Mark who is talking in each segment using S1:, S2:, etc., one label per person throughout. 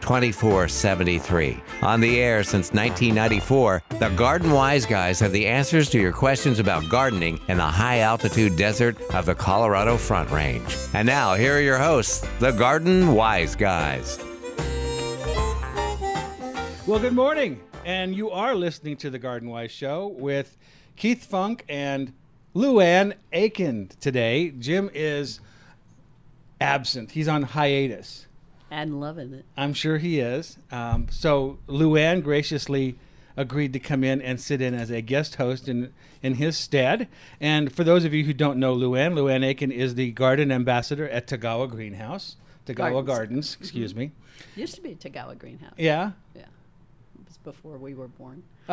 S1: 2473. On the air since 1994, the Garden Wise Guys have the answers to your questions about gardening in the high altitude desert of the Colorado Front Range. And now, here are your hosts, the Garden Wise Guys.
S2: Well, good morning. And you are listening to the Garden Wise Show with Keith Funk and Luann Aiken today. Jim is absent, he's on hiatus.
S3: And loving it.
S2: I'm sure he is. Um, so Luann graciously agreed to come in and sit in as a guest host in in his stead. And for those of you who don't know Luann, Luann Aiken is the garden ambassador at Tagawa Greenhouse, Tagawa Gardens,
S3: Gardens.
S2: excuse me.
S3: Used to be a Tagawa greenhouse.
S2: Yeah. Oh.
S3: Yeah. It was before we were born.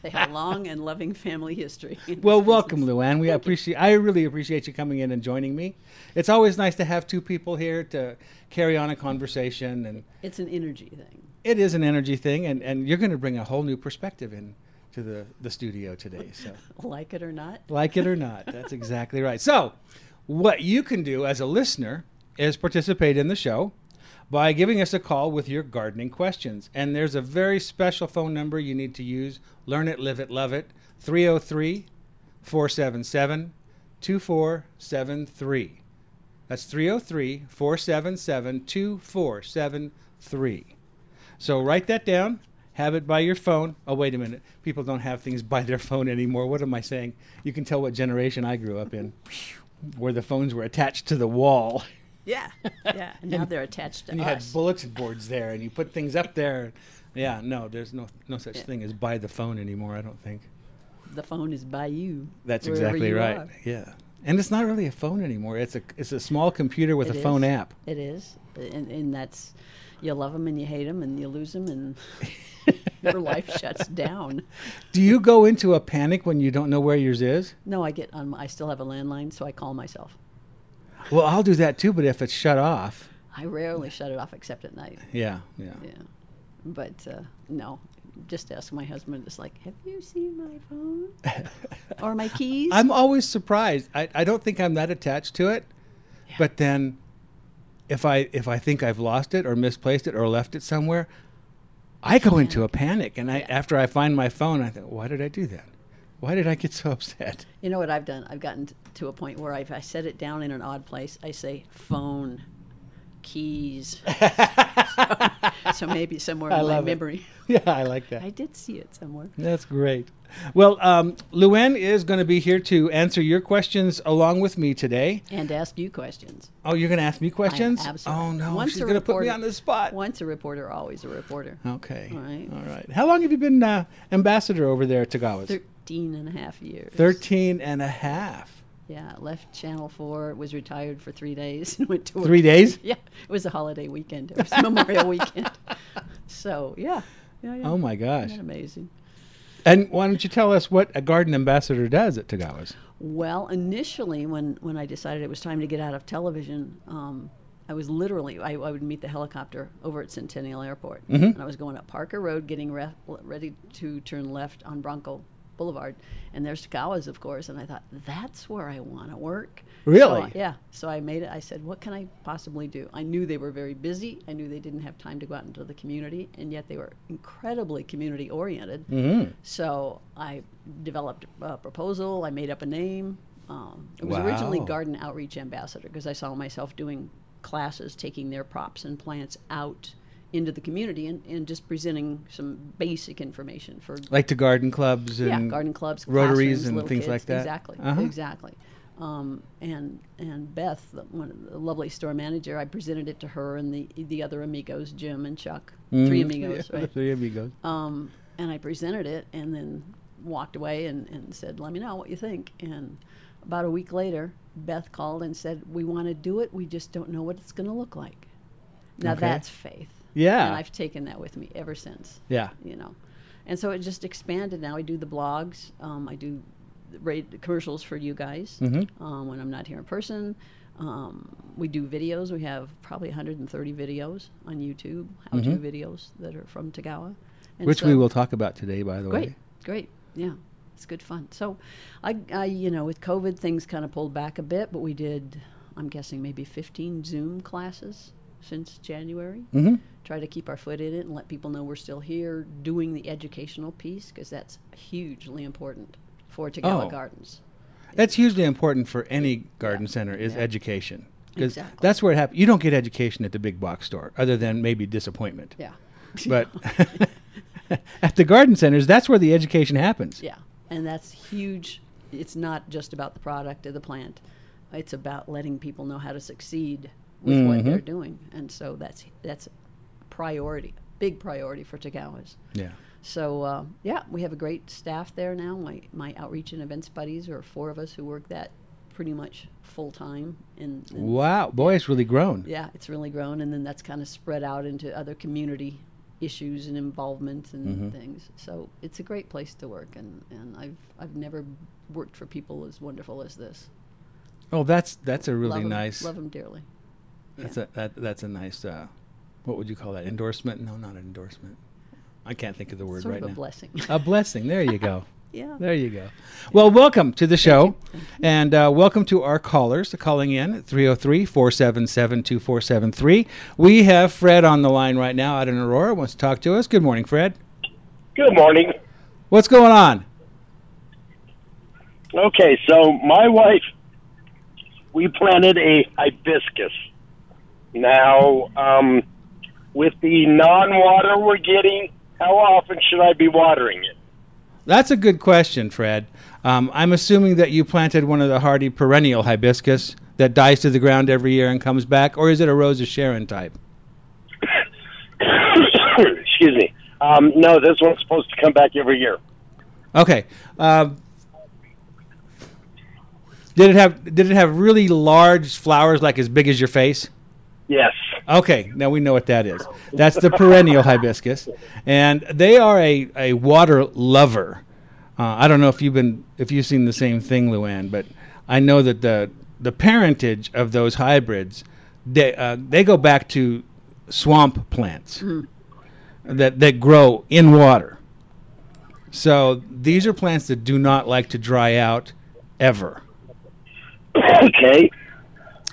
S3: they have a long and loving family history.
S2: Well, welcome, Luann. We appreciate. I really appreciate you coming in and joining me. It's always nice to have two people here to carry on a conversation, and
S3: It's an energy thing.
S2: it is an energy thing. And, and you're going to bring a whole new perspective in to the the studio today. So,
S3: Like it or not.
S2: like it or not, that's exactly right. So, what you can do as a listener is participate in the show by giving us a call with your gardening questions. And there's a very special phone number you need to use. Learn it, live it, love it. 303 477 2473. That's 303 477 2473. So write that down. Have it by your phone. Oh, wait a minute. People don't have things by their phone anymore. What am I saying? You can tell what generation I grew up in, where the phones were attached to the wall.
S3: Yeah. Yeah. And now they're attached to
S2: And you had
S3: us.
S2: bulletin boards there, and you put things up there. Yeah, no, there's no no such
S3: Yeah.
S2: thing as by the phone anymore. I don't think.
S3: the phone is by you.
S2: That's
S3: wherever
S2: exactly
S3: you
S2: right.
S3: are.
S2: Yeah, and it's not really a phone anymore. It's a it's a small computer with
S3: It
S2: a
S3: is.
S2: phone app.
S3: It is. And, and that's, you love them and you hate them and you lose them and your life shuts down.
S2: Do you go into a panic when you don't know where yours is?
S3: No, I get on, my, I still have a landline, so I call myself.
S2: Well, I'll do that too, but if it's shut off,
S3: I rarely shut it off except at night.
S2: yeah, yeah.
S3: Yeah, but uh, no. Just ask my husband. It's like, have you seen my phone or my keys?
S2: I'm always surprised. I, I don't think I'm that attached to it, but then if I if I think I've lost it or misplaced it or left it somewhere, I go into a panic. And I
S3: Yeah.
S2: after I find my phone, I think, why did I do that? Why did I get so upset?
S3: you know what I've done? I've gotten t- to a point where I've, I set it down in an odd place. I say phone, keys. so, maybe somewhere in my
S2: love it.
S3: memory,
S2: yeah, I like that.
S3: I did see it somewhere.
S2: That's great. Well, um, Luann is going to be here to answer your questions along with me today.
S3: And ask you questions.
S2: Oh, you're going to ask me
S3: I
S2: questions?
S3: absolutely-
S2: Oh no,
S3: Once
S2: she's
S3: a
S2: going to put me
S3: reporter-
S2: on the spot.
S3: Once a reporter, always a reporter.
S2: Okay.
S3: All right.
S2: All right. How long have you been uh, ambassador over there at Tagawa's?
S3: Thirteen and a half years.
S2: 13 and a half.
S3: Yeah, left Channel 4, was retired for three days and went to work.
S2: Three days?
S3: Yeah, it was a holiday weekend. It was Memorial Weekend. So, yeah. yeah, yeah.
S2: Oh my gosh.
S3: Isn't that amazing?
S2: And why don't you tell us what a garden ambassador does at Tagawa's?
S3: Well, initially, when, when I decided it was time to get out of television, um, I was literally, I, I would meet the helicopter over at Centennial Airport.
S2: Mm-hmm.
S3: And I was going up Parker Road, getting re- ready to turn left on Bronco Boulevard. And there's Takawa's, of course. And I thought, that's where I want to work. So
S2: Really?
S3: I- Yeah. So I made it. I said, what can I possibly do? I knew they were very busy. I knew they didn't have time to go out into the community, and yet they were incredibly community oriented. So I developed a proposal. I made up a name. Um, it was originally
S2: Wow.
S3: Garden Outreach Ambassador because I saw myself doing classes, taking their props and plants out into the community and, and just presenting some basic information for
S2: Like to garden clubs and
S3: yeah, garden clubs,
S2: rotaries
S3: classrooms,
S2: and
S3: little
S2: things
S3: kids.
S2: like that.
S3: Exactly,
S2: Uh-huh.
S3: exactly. Um, and and Beth, the, one, the lovely store manager, I presented it to her and the the other amigos, Jim and Chuck, three amigos,
S2: Mm-hmm. Yeah,
S3: right?
S2: Three amigos.
S3: Um, and I presented it and then walked away and, and said, "Let me know what you think." And about a week later, Beth called and said, "We want to do it. We just don't know what it's going to look like." Now
S2: Okay.
S3: that's faith.
S2: Yeah.
S3: And I've taken that with me ever since
S2: yeah.
S3: you know and so it just expanded. Now I do the blogs. Um, I do the ra- commercials for you guys
S2: Mm-hmm.
S3: um, when I'm not here in person. Um, we do videos. We have probably 130 videos on YouTube, how-to videos that are from Tagawa. And
S2: Mm-hmm. Which we
S3: so-
S2: will talk about today, by the
S3: Great,
S2: way.
S3: great, yeah, it's good fun. So, I, I, you know, with COVID, things kind of pulled back a bit, but we did, I'm guessing, maybe 15 Zoom classes since January. Mm-hmm. Try to keep our foot in it and let people know we're still here doing the educational piece because that's hugely important for Tagawa
S2: Oh.
S3: Gardens.
S2: That's hugely important for any garden center is education. 'Cause
S3: Exactly.
S2: that's where it happens. You don't get education at the big box store, other than maybe disappointment.
S3: Yeah,
S2: But at the garden centers, that's where the education happens.
S3: yeah, and that's huge. It's not just about the product or the plant; it's about letting people know how to succeed with what they're doing, and so that's that's priority, big priority for Tagawas.
S2: Yeah.
S3: So uh, yeah, we have a great staff there now. My my outreach and events buddies are four of us who work that pretty much full time. And, and
S2: Wow, boy, it's really grown.
S3: yeah, it's really grown, and then that's kind of spread out into other community issues and involvement and
S2: Mm-hmm.
S3: things. So it's a great place to work, and, and I've I've never worked for people as wonderful as this.
S2: Oh, that's that's a really
S3: love 'em-
S2: nice.
S3: love them dearly.
S2: That's a that, that's a nice. Uh, what would you call that? Endorsement? No, not an endorsement. I can't think of the word
S3: Sort
S2: right
S3: of a
S2: now.
S3: blessing.
S2: a blessing. There you go.
S3: yeah.
S2: There you go. Well, welcome to the show. And uh, welcome to our callers calling in at 303 477 2473. We have Fred on the line right now out in Aurora, wants to talk to us. Good morning, Fred.
S4: Good morning.
S2: What's going on?
S4: Okay, so my wife, we planted a hibiscus. Now, um, with the non water we're getting, how often should I be watering it?
S2: That's a good question, Fred. Um, I'm assuming that you planted one of the hardy perennial hibiscus that dies to the ground every year and comes back, or is it a Rose of Sharon type?
S4: Excuse me. Um, no, this one's supposed to come back every year.
S2: Okay. Um, did it have did it have really large flowers like as big as your face?
S4: Yes.
S2: Okay, now we know what that is. That's the perennial hibiscus, and they are a, a water lover. Uh, I don't know if you've been if you've seen the same thing, Luann, but I know that the the parentage of those hybrids they uh, they go back to swamp plants that that grow in water. So these are plants that do not like to dry out ever.
S4: okay.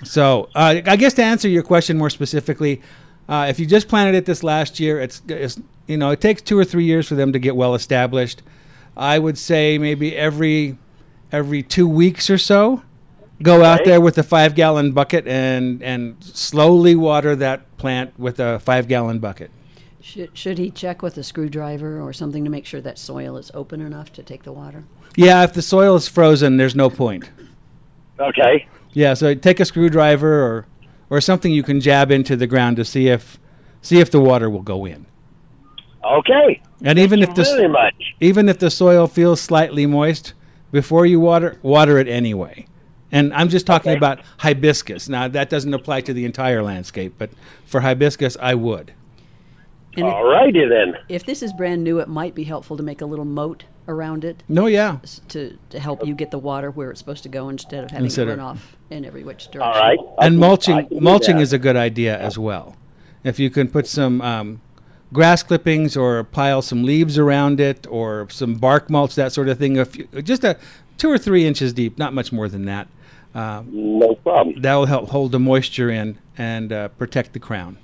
S2: So uh, I guess to answer your question more specifically, uh, if you just planted it this last year, it's, it's you know it takes two or three years for them to get well established. I would say maybe every every two weeks or so, go out
S4: Right.
S2: there with a five gallon bucket and and slowly water that plant with a five gallon bucket.
S3: Should, should he check with a screwdriver or something to make sure that soil is open enough to take the water?
S2: Yeah, if the soil is frozen, there's no point.
S4: Okay.
S2: Yeah, so take a screwdriver or or something you can jab into the ground to see if see if the water will go in.
S4: Okay.
S2: And even if the
S4: Very much.
S2: even if the soil feels slightly moist before you water water it anyway and i'm just talking
S4: Okay.
S2: about hibiscus now that doesn't apply to the entire landscape but for hibiscus i would
S3: And if,
S4: All righty then.
S3: if this is brand new, it might be helpful to make a little moat around it
S2: no yeah
S3: s- to, to help you get the water where it's supposed to go instead of having
S2: Instead
S3: it
S2: of-
S3: run off in every which direction.
S4: All right. I can-
S2: and
S4: I
S2: mulching
S4: can do
S2: mulching
S4: that.
S2: is a good idea as well if you can put some um, grass clippings or pile some leaves around it or some bark mulch that sort of thing if you, just a two or three inches deep not much more than that um,
S4: No problem.
S2: that will help hold the moisture in and uh, protect the crown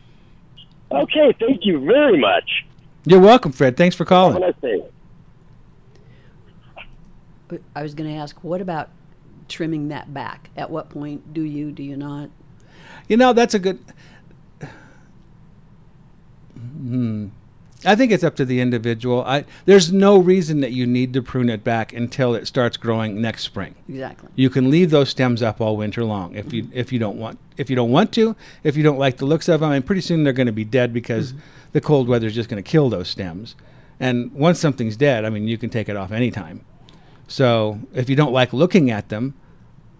S4: Okay. Thank you very much.
S2: You're welcome, Fred. Thanks for
S4: Have
S2: calling.
S4: a nice day.
S3: But I was going to ask, what about trimming that back? At what point do you, do you not?
S2: You know, that's a good. Hmm. I think it's up to the individual. I, there's no reason that you need to prune it back until it starts growing next spring.
S3: Exactly.
S2: You can leave those stems up all winter long if you if you don't want if you don't want to if you don't like the looks of them. And pretty soon they're going to be dead because
S3: Mm-hmm.
S2: the cold weather is just going to kill those stems. And once something's dead, I mean, you can take it off anytime. So if you don't like looking at them,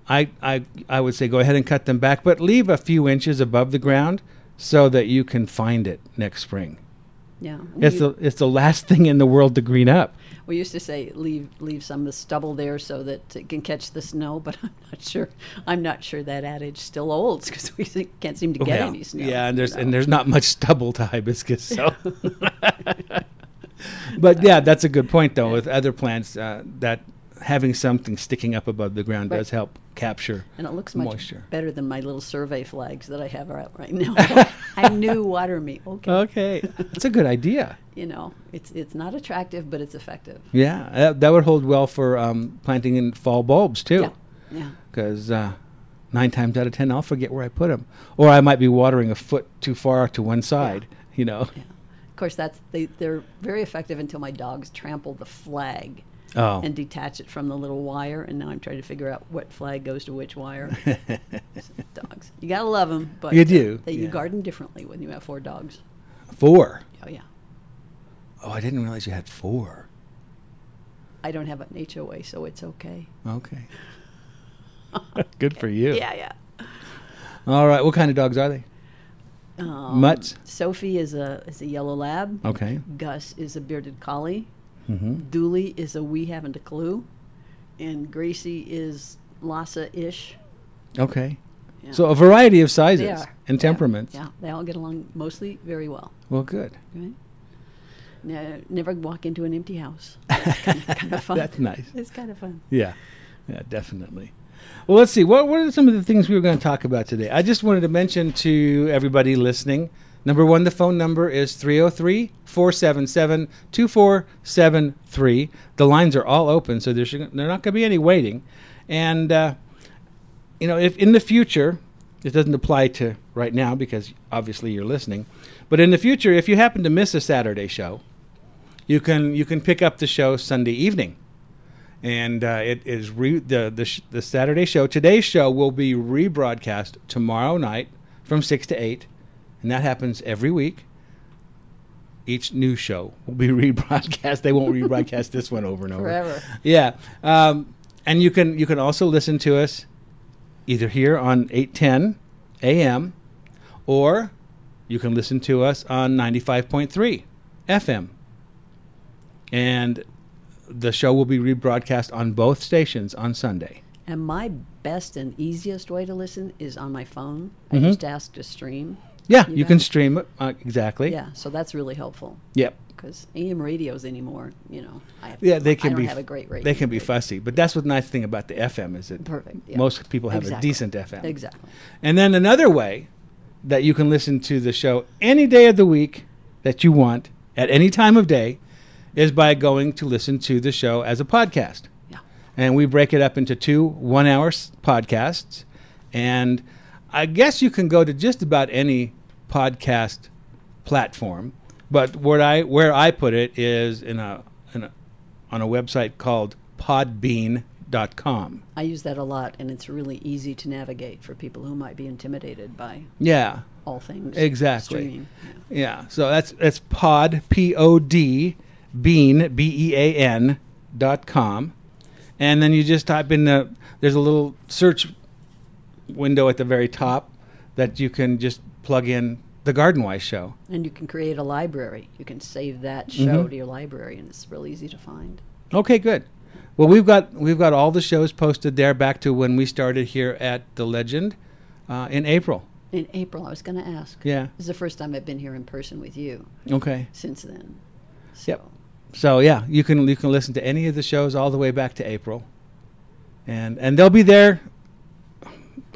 S2: I, I I would say go ahead and cut them back, but leave a few inches above the ground so that you can find it next spring.
S3: Yeah. We,
S2: It's the it's the last thing in the world to green up.
S3: we used to say leave leave some of the stubble there so that it can catch the snow, but I'm not sure. I'm not sure that adage still holds because we se- can't seem to get
S2: yeah.
S3: any snow.
S2: Yeah, and there's and there's not much stubble to hibiscus. So, but yeah, that's a good point though. With other plants, uh, that having something sticking up above the ground
S3: Right.
S2: does help capture.
S3: And it looks much
S2: Moisture.
S3: better than my little survey flags that I have out right now. I knew water me. Okay.
S2: Okay, that's a good idea.
S3: You know, it's it's not attractive, but it's effective.
S2: Yeah, uh, that, that would hold well for um, planting in fall bulbs
S3: Yeah.
S2: too,
S3: Yeah.
S2: because uh, nine times out of ten I'll forget where I put them, or I might be watering a foot too far to one side. You know.
S3: Of course, that's they, they're very effective until my dogs trample the flag
S2: Oh.
S3: and detach it from the little wire. And now I'm trying to figure out what flag goes to which wire. So, dogs, you gotta love them, but
S2: You
S3: uh,
S2: do,
S3: They,
S2: yeah.
S3: You garden differently when you have four dogs.
S2: Four.
S3: Oh yeah,
S2: Oh, I didn't realize you had four.
S3: I don't have an HOA, so it's okay.
S2: Okay. Good for you.
S3: Yeah, yeah.
S2: All right. What kind of dogs are they?
S3: Um,
S2: Mutts?
S3: Sophie is a is a yellow lab.
S2: Okay.
S3: Gus is a bearded collie.
S2: Mm-hmm.
S3: Dooley is a we haven't a clue, and Gracie is Lhasa ish.
S2: Okay. So a variety of sizes
S3: They are.
S2: and
S3: Yeah,
S2: temperaments.
S3: Yeah, they all get along mostly very well.
S2: Well, good.
S3: Right? Ne- never walk into an empty house. kind, of, kind of fun.
S2: That's nice.
S3: It's kind of fun.
S2: Yeah. Yeah, definitely. Well, let's see. What, what are some of the things we were going to talk about today? I just wanted to mention to everybody listening number one, the phone number is 303 477 2473. The lines are all open, so there's, they're not going to be any waiting. And, uh, you know, if in the future, it doesn't apply to right now because obviously you're listening, but in the future, if you happen to miss a Saturday show, you can you can pick up the show Sunday evening, and uh, it is re- the the sh- the Saturday show. Today's show will be rebroadcast tomorrow night from six to eight, and that happens every week. Each new show will be rebroadcast. They won't rebroadcast this one over and over
S3: Forever.
S2: yeah, um, and you can you can also listen to us either here on eight ten a.m. or you can listen to us on ninety five point three FM. And the show will be rebroadcast on both stations on Sunday.
S3: And my best and easiest way to listen is on my phone.
S2: Mm-hmm.
S3: I just ask to stream.
S2: Yeah, you,
S3: You
S2: can
S3: got it.
S2: stream it uh, exactly.
S3: Yeah, so that's really helpful
S2: Yep.
S3: because AM radios anymore, you know, I
S2: Yeah, they
S3: I
S2: can
S3: don't
S2: be
S3: have a great radio.
S2: They can be fussy, but that's what nice thing about the FM is that
S3: Perfect, yeah.
S2: most people have
S3: Exactly.
S2: a decent FM.
S3: Exactly.
S2: And then another way that you can listen to the show any day of the week that you want at any time of day is by going to listen to the show as a podcast.
S3: Yeah.
S2: And we break it up into two one hour s- podcasts. And I guess you can go to just about any podcast platform. But what I, where I put it is in a, in a, on a website called podbean.com.
S3: I use that a lot, and it's really easy to navigate for people who might be intimidated by
S2: Yeah.
S3: all things
S2: Exactly.
S3: streaming.
S2: Yeah. So that's that's pod p o d bean b e a n dot com, and then you just type in the there's a little search window at the very top that you can just plug in the Garden Wise show.
S3: And you can create a library. You can save that
S2: Mm-hmm.
S3: show to your library, and it's real easy to find.
S2: Okay, good. Well, we've got we've got all the shows posted there back to when we started here at the Legend uh, in April.
S3: In April, I was going to ask.
S2: Yeah.
S3: This is the first time I've been here in person with you
S2: Okay.
S3: since then. So,
S2: Yep. So yeah, you can you can listen to any of the shows all the way back to April, and and they'll be there.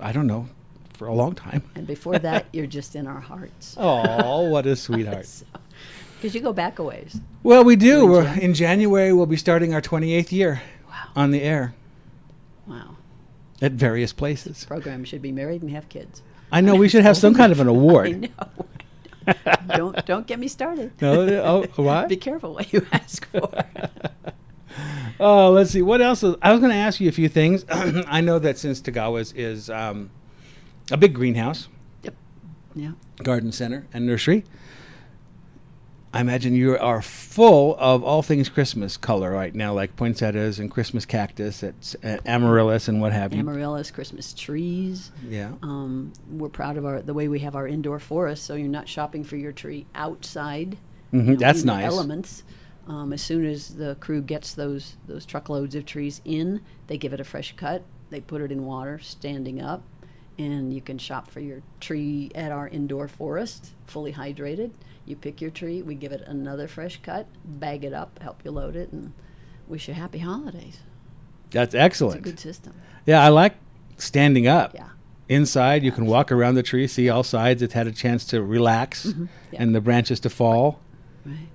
S2: I don't know for a long time.
S3: And before that, you're just in our hearts.
S2: Oh, what a sweetheart!
S3: Because you go back a ways.
S2: Well, we do.
S3: In
S2: We're,
S3: Jan-
S2: in January, we'll be starting our 28th year on the air
S3: Wow.
S2: at various places.
S3: Program should be married and have kids.
S2: I know we should have some kind of an
S3: I
S2: award.
S3: know. don't don't get me started.
S2: No, no, oh, what?
S3: Be careful what you ask for.
S2: Oh, let's see. What else? Is, I was going to ask you a few things. I know that since Tagawa's is um, a big greenhouse,
S3: yep. Yeah.
S2: garden center and nursery. I imagine you are full of all things Christmas color right now, like poinsettias and Christmas cactus, it's uh, amaryllis and what have you.
S3: Amaryllis, Christmas trees.
S2: yeah.
S3: Um, we're proud of our the way we have our indoor forest, so you're not shopping for your tree outside. you know,
S2: Mm-hmm, that's
S3: in the
S2: nice.
S3: Elements. Um, as soon as the crew gets those those truckloads of trees in, they give it a fresh cut. They put it in water, standing up, and you can shop for your tree at our indoor forest, fully hydrated. You pick your tree, we give it another fresh cut, bag it up, help you load it, and wish you happy holidays.
S2: That's
S3: It's a
S2: excellent.
S3: good system.
S2: Yeah, I like standing up.
S3: Yeah.
S2: Inside, you can walk around the tree, see all sides. It's had a chance to relax
S3: Mm-hmm. Yeah.
S2: and the branches to fall.
S3: Right.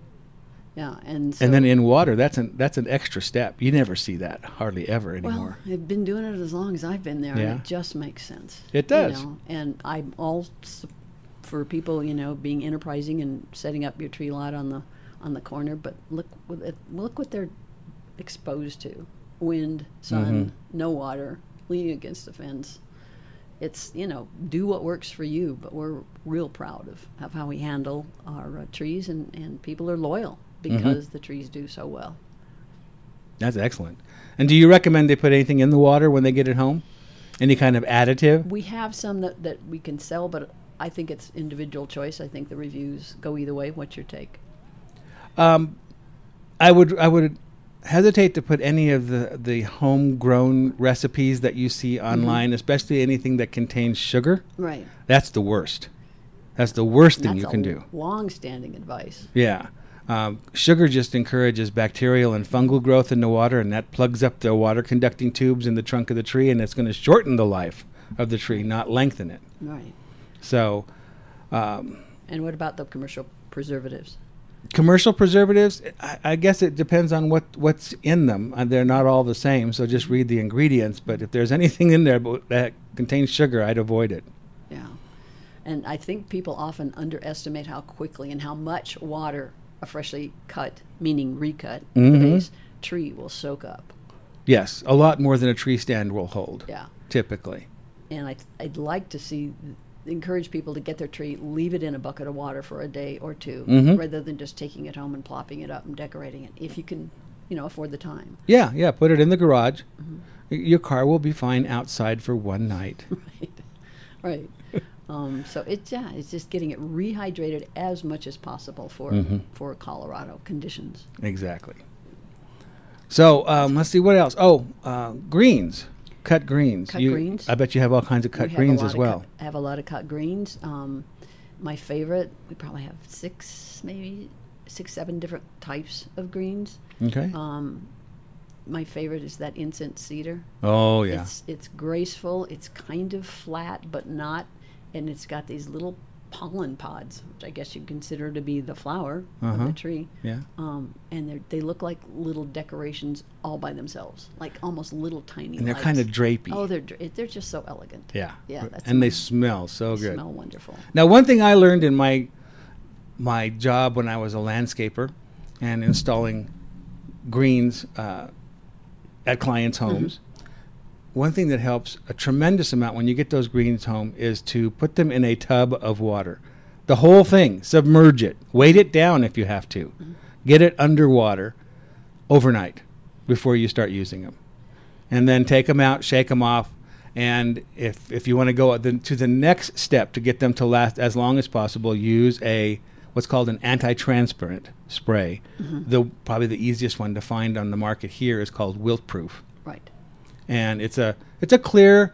S3: Yeah, and so,
S2: and then in water, that's an that's an extra step. You never see that hardly ever
S3: well,
S2: anymore.
S3: I've been doing it as long as I've been there,
S2: Yeah.
S3: and it just makes sense.
S2: It
S3: you
S2: does.
S3: know, And I'm all s- for people, you know, being enterprising and setting up your tree lot on the on the corner. But look, with it- look what they're exposed to: wind, sun,
S2: Mm-hmm.
S3: no water, leaning against the fence. It's you know, do what works for you. But we're real proud of, of how we handle our uh, trees, and and people are loyal
S2: Mm-hmm.
S3: because the trees do so well.
S2: That's excellent. And do you recommend they put anything in the water when they get it home? Any kind of additive?
S3: We have some that, that we can sell, but I think it's individual choice. I think the reviews go either way. What's your take?
S2: I would I would hesitate to put any of the the homegrown recipes that you
S3: Mm-hmm.
S2: see online, especially anything that contains sugar.
S3: Right.
S2: That's the worst. That's the worst thing
S3: That's
S2: you
S3: a
S2: can do.
S3: Long-standing advice.
S2: Yeah. Um, sugar just encourages bacterial and fungal growth in the water, and that plugs up the water conducting tubes in the trunk of the tree, and it's going to shorten the life of the tree, not lengthen it.
S3: Right.
S2: So,
S3: And what about the commercial preservatives?
S2: commercial preservatives, I, I guess it depends on what, what's in them. Uh, they're not all the same, so just read the ingredients. But if there's anything in there bu- that contains sugar, I'd avoid it.
S3: Yeah. And I think people often underestimate how quickly and how much water a freshly cut, meaning recut,
S2: Mm-hmm.
S3: base tree will soak up.
S2: Yes, a lot more than a tree stand will hold,
S3: Yeah.
S2: typically.
S3: and I, I'd like to see encourage people to get their tree, leave it in a bucket of water for a day or 2
S2: Mm-hmm.
S3: rather than just taking it home and plopping it up and decorating it. If you can, you know, afford the time.
S2: Yeah, yeah, put it in the garage.
S3: Mm-hmm.
S2: Y- Your car will be fine outside for one night.
S3: Right. um, so it's yeah, it's just getting it rehydrated as much as possible for
S2: Mm-hmm.
S3: for Colorado conditions.
S2: Exactly. So um, let's see what else. Oh, uh, greens, cut greens.
S3: Cut
S2: You-
S3: greens.
S2: I bet you have all kinds of
S3: We
S2: cut
S3: have a
S2: greens
S3: lot
S2: as
S3: of
S2: well.
S3: cut- I have a lot of cut greens. Um, my favorite, we probably have six, maybe six, seven different types of greens.
S2: Okay.
S3: Um, My favorite is that incense cedar.
S2: oh yeah.
S3: It's it's graceful. It's kind of flat, but not, and it's got these little pollen pods, which I guess you'd consider to be the flower of
S2: Uh-huh.
S3: the tree.
S2: Yeah.
S3: Um, and they they look like little decorations all by themselves, like almost little tiny.
S2: And they're
S3: lights.
S2: kind of drapey.
S3: Oh, they're dra- they're just so elegant.
S2: yeah.
S3: yeah. That's
S2: and they
S3: amazing.
S2: smell so
S3: They
S2: good.
S3: Smell wonderful.
S2: Now, one thing I learned in my my job when I was a landscaper and installing greens uh, at clients'
S3: Mm-hmm.
S2: homes, one thing that helps a tremendous amount when you get those greens home is to put them in a tub of water. The whole thing, submerge it, weight it down if you have to,
S3: Mm-hmm.
S2: get it underwater overnight before you start using them and then take them out, shake them off. And if if you want to go the, to the next step to get them to last as long as possible, use a what's called an anti-transparent spray. The probably the easiest one to find on the market here is called Wilt Proof,
S3: Right.
S2: and it's a it's a clear,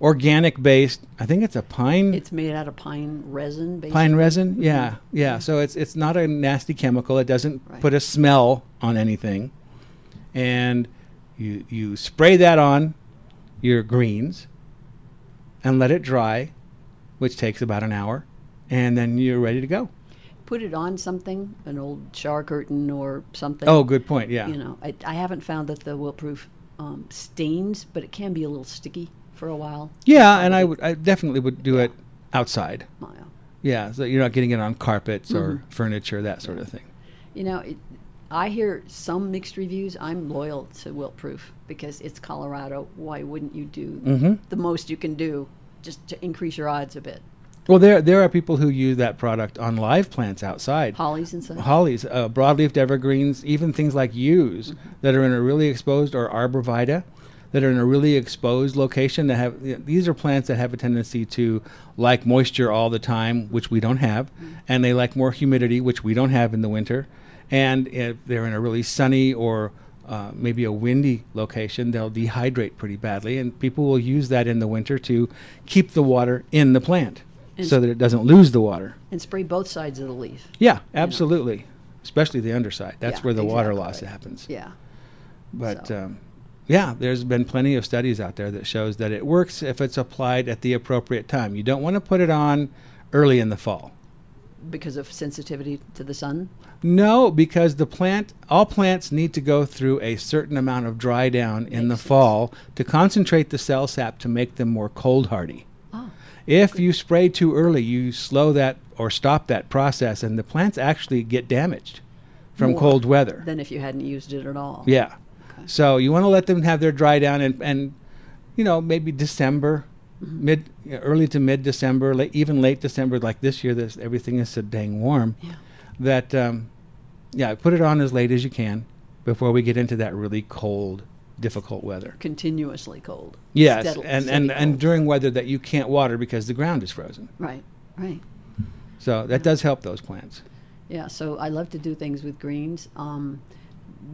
S2: organic based. I think it's a pine
S3: It's made out of pine resin. Basically.
S2: pine resin.
S3: Mm-hmm.
S2: Yeah, yeah. So it's it's not a nasty chemical. It doesn't
S3: Right.
S2: put a smell on anything, and you you spray that on your greens and let it dry, which takes about an hour, and then you're ready to go.
S3: Put it on something, an old shower curtain or something.
S2: Oh, good point. Yeah.
S3: you know I, I haven't found that the wilt-proof um, stains but it can be a little sticky for a while
S2: Yeah, and I would I definitely would do it outside.
S3: Mile.
S2: Yeah, so you're not getting it on carpets
S3: Mm-hmm.
S2: or furniture that sort of thing.
S3: you know it, i hear some mixed reviews i'm loyal to wilt-proof because it's colorado why wouldn't you do
S2: Mm-hmm.
S3: the most you can do just to increase your odds a bit
S2: Well, there there are people who use that product on live plants outside.
S3: hollies and such
S2: hollies, uh, broadleaf evergreens, even things like yews that are in a really exposed or arborvitae. that are in a really exposed location that have you know, these are plants that have a tendency to like moisture all the time, which we don't have, and they like more humidity, which we don't have in the winter. And if they're in a really sunny or uh, maybe a windy location, they'll dehydrate pretty badly, and people will use that in the winter to keep the water in the plant
S3: And-
S2: so that it doesn't lose the water.
S3: and spray both sides of the leaf.
S2: Yeah, absolutely. Especially the underside. That's
S3: Yeah,
S2: where the water
S3: exactly.
S2: loss happens.
S3: Yeah.
S2: But
S3: So.
S2: um, yeah, there's been plenty of studies out there that shows that it works if it's applied at the appropriate time. You don't want to put it on early in the fall.
S3: Because of sensitivity to the sun.
S2: No, because the plant, all plants need to go through a certain amount of dry down in the
S3: Makes sense.
S2: fall to concentrate the cell sap to make them more cold hardy.
S3: Oh.
S2: If you spray too early, you slow that or stop that process, and the plants actually get damaged from
S3: More
S2: cold weather.
S3: Than if you hadn't used it at all.
S2: Yeah. So you want to let them have their dry down and, and you know, maybe December,
S3: Mm-hmm.
S2: mid, early to mid December, late, even late December, like this year, this everything is so dang warm.
S3: Yeah.
S2: That, um, yeah, put it on as late as you can before we get into that really cold, difficult weather.
S3: Continuously cold.
S2: Yes,
S3: Steadily-
S2: and
S3: steady
S2: and and
S3: cold.
S2: during weather that you can't water because the ground is frozen.
S3: right, right.
S2: So that does help those plants.
S3: Yeah, so I love to do things with greens. Um,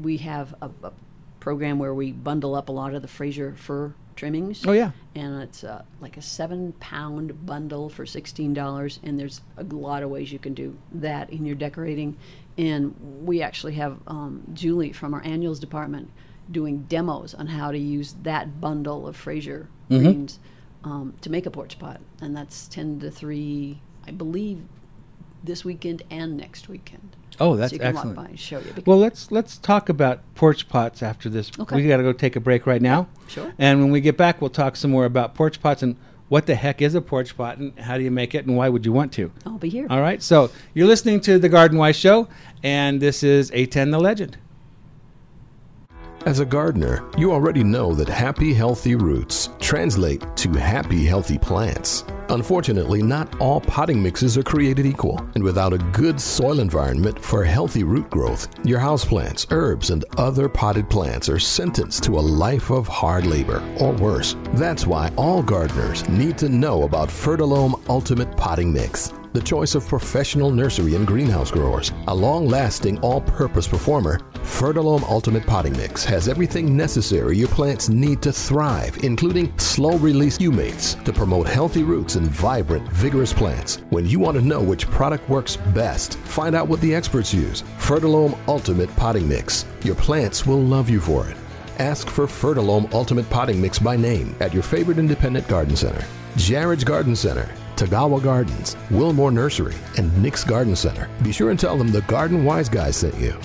S3: we have a, a program where we bundle up a lot of the Fraser fir trimmings.
S2: Oh, yeah.
S3: and it's uh, like a seven-pound bundle for sixteen dollars. And there's a lot of ways you can do that in your decorating. And we actually have um, Julie from our annuals department doing demos on how to use that bundle of Fraser
S2: Mm-hmm.
S3: greens um, to make a porch pot, and that's ten to three, I believe, this weekend and next weekend.
S2: Oh, that's
S3: so you can
S2: excellent.
S3: walk by and show you. Because
S2: Well, let's let's talk about porch pots after this.
S3: Okay.
S2: We got to go take a break right now.
S3: Sure.
S2: And when we get back, we'll talk some more about porch pots and what the heck is a porch pot and how do you make it and why would you want to.
S3: I'll be here.
S2: All right. So you're listening to the Garden Wise Show, and this is A10 the Legend.
S5: As a gardener, you already know that happy, healthy roots translate to happy, healthy plants. Unfortunately, not all potting mixes are created equal, and without a good soil environment for healthy root growth, your houseplants, herbs, and other potted plants are sentenced to a life of hard labor, or worse. That's why all gardeners need to know about Fertilome Ultimate Potting Mix the choice of professional nursery and greenhouse growers. A long lasting, all purpose performer, Fertilome Ultimate Potting Mix has everything necessary your plants need to thrive, including slow release humates to promote healthy roots and vibrant, vigorous plants. When you want to know which product works best, find out what the experts use. Fertilome Ultimate Potting Mix. Your plants will love you for it. Ask for Fertilome Ultimate Potting Mix by name at your favorite independent garden center. Jared's Garden Center, Tagawa Gardens, Wilmore Nursery, and Nick's Garden Center. Be sure and tell them the Garden Wise Guy sent you.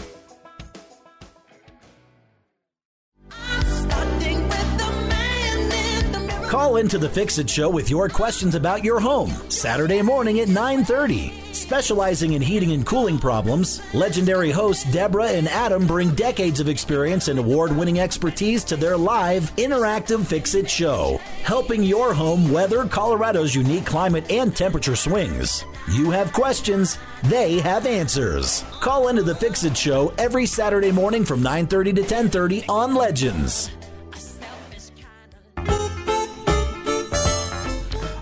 S6: Starting with the man in the mirror.
S7: Call into the Fix It Show with your questions about your home Saturday morning at 9:30. Specializing in heating and cooling problems, legendary hosts Deborah and Adam bring decades of experience and award-winning expertise to their live interactive Fix It Show, helping your home weather Colorado's unique climate and temperature swings. You have questions, they have answers. Call into the Fix It Show every Saturday morning from 9:30 to 10:30 on Legends.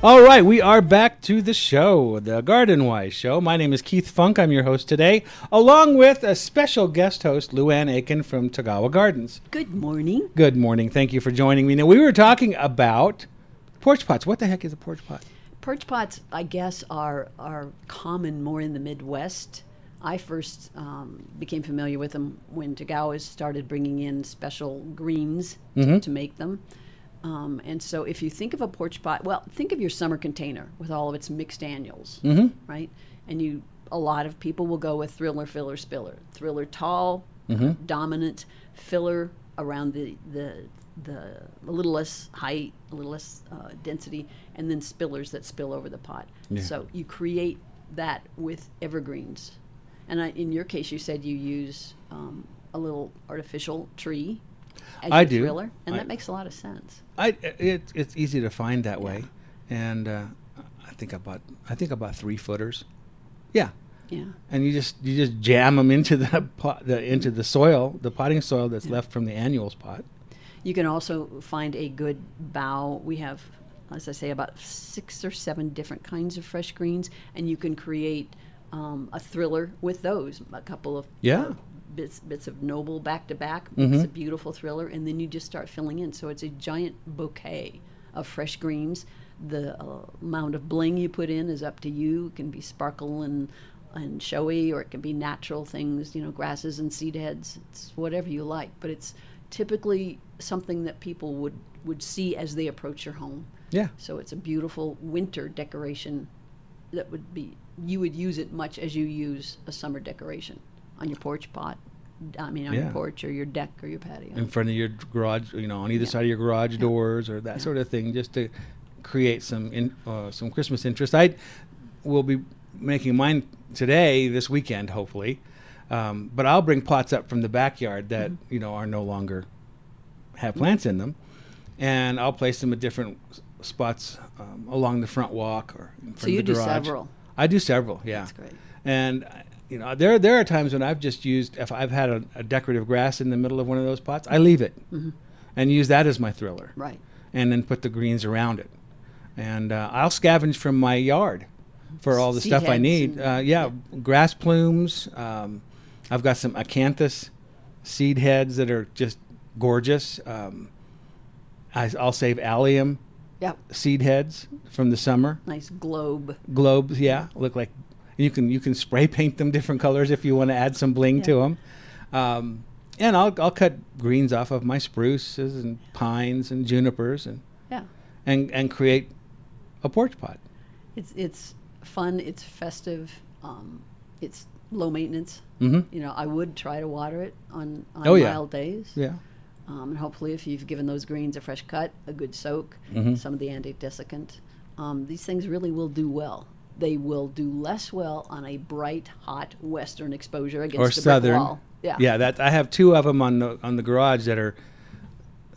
S2: All right, we are back to the show, the Garden Wise Show. My name is Keith Funk. I'm your host today, along with a special guest host, Luann Aiken from Tagawa Gardens.
S3: Good morning.
S2: Good morning. Thank you for joining me. Now, we were talking about porch pots. What the heck is a porch pot?
S3: Perch pots, I guess, are are common more in the Midwest. I first um, became familiar with them when Tagawas started bringing in special greens t-
S2: Mm-hmm.
S3: to, make them. Um, and so, if you think of a porch pot, well, think of your summer container with all of its mixed annuals,
S2: Mm-hmm.
S3: right? And you, a lot of people will go with thriller, filler, spiller. Thriller tall,
S2: Mm-hmm.
S3: dominant, filler around the the the a little less height, a little less uh, density, and then spillers that spill over the pot. So you create that with evergreens. And I, in your case, you said you use um, a little artificial tree as
S2: I
S3: your
S2: do.
S3: thriller, and
S2: I-
S3: that makes a lot of sense.
S2: I it, it's easy to find that way, and uh, I think I bought I think I bought three footers. Yeah,
S3: Yeah,
S2: and you just you just jam them into the pot the, into the soil, the potting soil that's left from the annuals pot.
S3: You can also find a good bough. We have, as I say, about six or seven different kinds of fresh greens, and you can create um, a thriller with those. A couple of
S2: Yeah.
S3: uh, bits bits of noble back to back. It's a beautiful thriller, and then you just start filling in. So it's a giant bouquet of fresh greens. The uh, amount of bling you put in is up to you. It can be sparkle and and showy, or it can be natural things, you know, grasses and seed heads. It's whatever you like, but it's typically something that people would would see as they approach your home.
S2: Yeah.
S3: So it's a beautiful winter decoration that would be you would use it much as you use a summer decoration on your porch pot. I mean, on
S2: Yeah.
S3: your porch or your deck or your patio.
S2: in front of your garage, you know, on either side of your garage doors or that sort of thing, just to create some in, uh, some Christmas interest. I will be making mine today, this weekend, hopefully. Um, but I'll bring pots up from the backyard that
S3: Mm-hmm.
S2: you know are no longer have plants in them, and I'll place them at different s- spots um, along the front walk or in front
S3: you
S2: of the
S3: do
S2: garage.
S3: several?
S2: I do several. Yeah,
S3: That's great.
S2: and I- you know, there there are times when I've just used if I've had a, a decorative grass in the middle of one of those pots, I leave it and use that as my thriller,
S3: Mm-hmm. Right.
S2: And then put the greens around it, and uh, I'll scavenge from my yard for all the
S3: Seed
S2: stuff I
S3: heads
S2: need.
S3: and-
S2: uh, yeah, grass plumes. Um, I've got some acanthus seed heads that are just gorgeous. Um, I, I'll save allium
S3: Yep.
S2: seed heads from the summer
S3: Nice globe.
S2: globes. Yeah, look like you can you can spray paint them different colors if you want to add some bling to 'em. to them. Um, and I'll I'll cut greens off of my spruces and pines and junipers and
S3: Yeah.
S2: and and create a porch pot.
S3: It's it's fun. It's festive. Um, it's low maintenance. You know, I would try to water it on, on
S2: Mm-hmm. Oh, yeah.
S3: mild days.
S2: Yeah.
S3: Um, and hopefully, if you've given those greens a fresh cut, a good soak,
S2: Mm-hmm.
S3: some of the antidesiccant, um, these things really will do well. They will do less well on a bright, hot western exposure against
S2: or
S3: the
S2: southern.
S3: brick wall. Yeah.
S2: Yeah, that I have two of them on the on the garage that are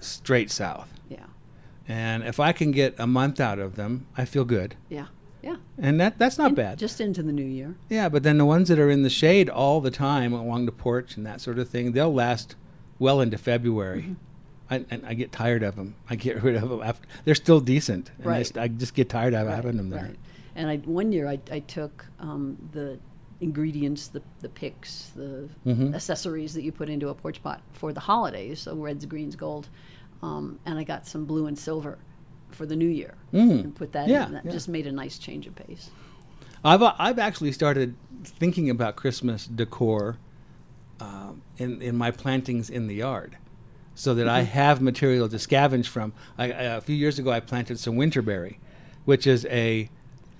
S2: straight south.
S3: Yeah.
S2: And if I can get a month out of them, I feel good.
S3: Yeah. Yeah.
S2: And that that's not
S3: In-
S2: bad.
S3: Just into the new year.
S2: Yeah, but then the ones that are in the shade all the time along the porch and that sort of thing, they'll last well into February.
S3: Mm-hmm.
S2: I, and I get tired of them. I get rid of them after they're still decent. And I,
S3: Right.
S2: st- I just get tired of having them there.
S3: Right. And I, one year I, I took um, the ingredients, the, the picks, the
S2: Mm-hmm.
S3: accessories that you put into a porch pot for the holidays, so reds, greens, gold, um, and I got some blue and silver for the new year and put that
S2: Mm. Yeah,
S3: in. That
S2: yeah.
S3: just made a nice change of pace.
S2: I've uh, I've actually started thinking about Christmas decor um, in in my plantings in the yard, so that I
S3: Mm-hmm.
S2: have material to scavenge from. I, I, a few years ago, I planted some winterberry, which is a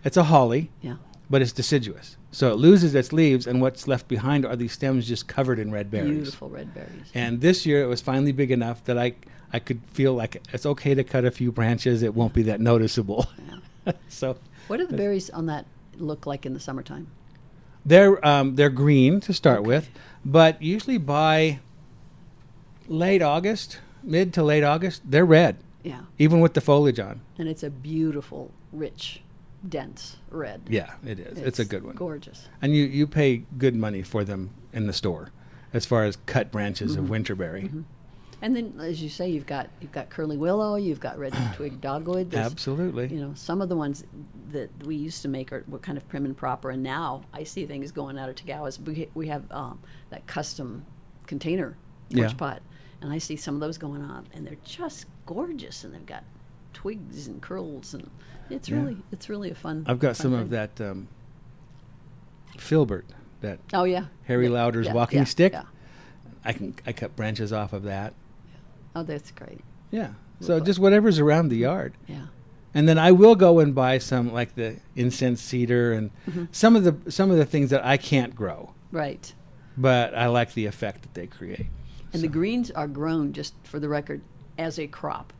S2: it's a holly,
S3: Yeah.
S2: but it's deciduous, so it loses its leaves, and what's left behind are these stems just covered in red berries.
S3: Beautiful red berries.
S2: And this year, it was finally big enough that I I could feel like it's okay to cut a few branches. It won't be that noticeable. so
S3: What do the berries on that look like in the summertime?
S2: They're um, they're green to start with, but usually by late August, mid to late August, they're red,
S3: Yeah.
S2: even with the foliage on.
S3: And it's a beautiful, rich, dense red.
S2: Yeah, it is. It's, a good one,
S3: Gorgeous.
S2: and you you pay good money for them in the store, as far as cut branches of winterberry.
S3: And then, as you say, you've got you've got curly willow, you've got red twig dogwood. There's,
S2: Absolutely.
S3: You know, some of the ones that we used to make are were kind of prim and proper, and now I see things going out of Tagawa's. We we have um, that custom container porch
S2: Yeah.
S3: pot, and I see some of those going on, and they're just gorgeous, and they've got twigs and curls, and it's really it's really a fun.
S2: I've got
S3: fun
S2: some
S3: thing.
S2: of that um, filbert, that
S3: Oh yeah,
S2: Harry
S3: Yeah,
S2: Lauder's
S3: yeah,
S2: walking
S3: yeah,
S2: stick.
S3: yeah.
S2: I can I cut branches off of that.
S3: Oh, that's great.
S2: Yeah. So just whatever's around the yard.
S3: Yeah.
S2: and then I will go and buy some like the incense cedar and
S3: Mm-hmm.
S2: some of the some of the things that I can't grow,
S3: Right.
S2: but I like the effect that they create.
S3: And the greens are grown, just for the record, as a crop.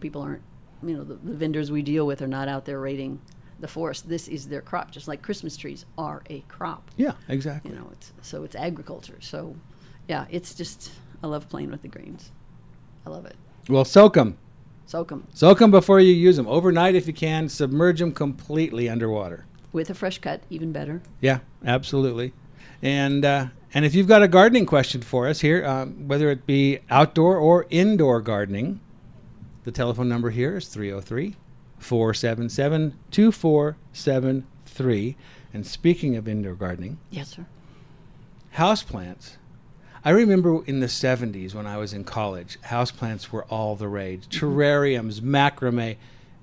S3: People aren't, you know, the, the vendors we deal with are not out there raiding the forest. This is their crop, just like Christmas trees are a crop.
S2: Yeah, exactly.
S3: You know, it's so it's agriculture. So, yeah, it's just I love playing with the greens. I love it.
S2: Well, soak them,
S3: Soak 'em
S2: soak them before you use them. Overnight, if you can, submerge them completely underwater.
S3: with a fresh cut, even better.
S2: Yeah, absolutely. And uh, and if you've got a gardening question for us here, um, whether it be outdoor or indoor gardening, the telephone number here is 303 477 2473. And speaking of indoor gardening,
S3: Yes, sir.
S2: houseplants. I remember in the 70s when I was in college, houseplants were all the rage. Terrariums, macrame,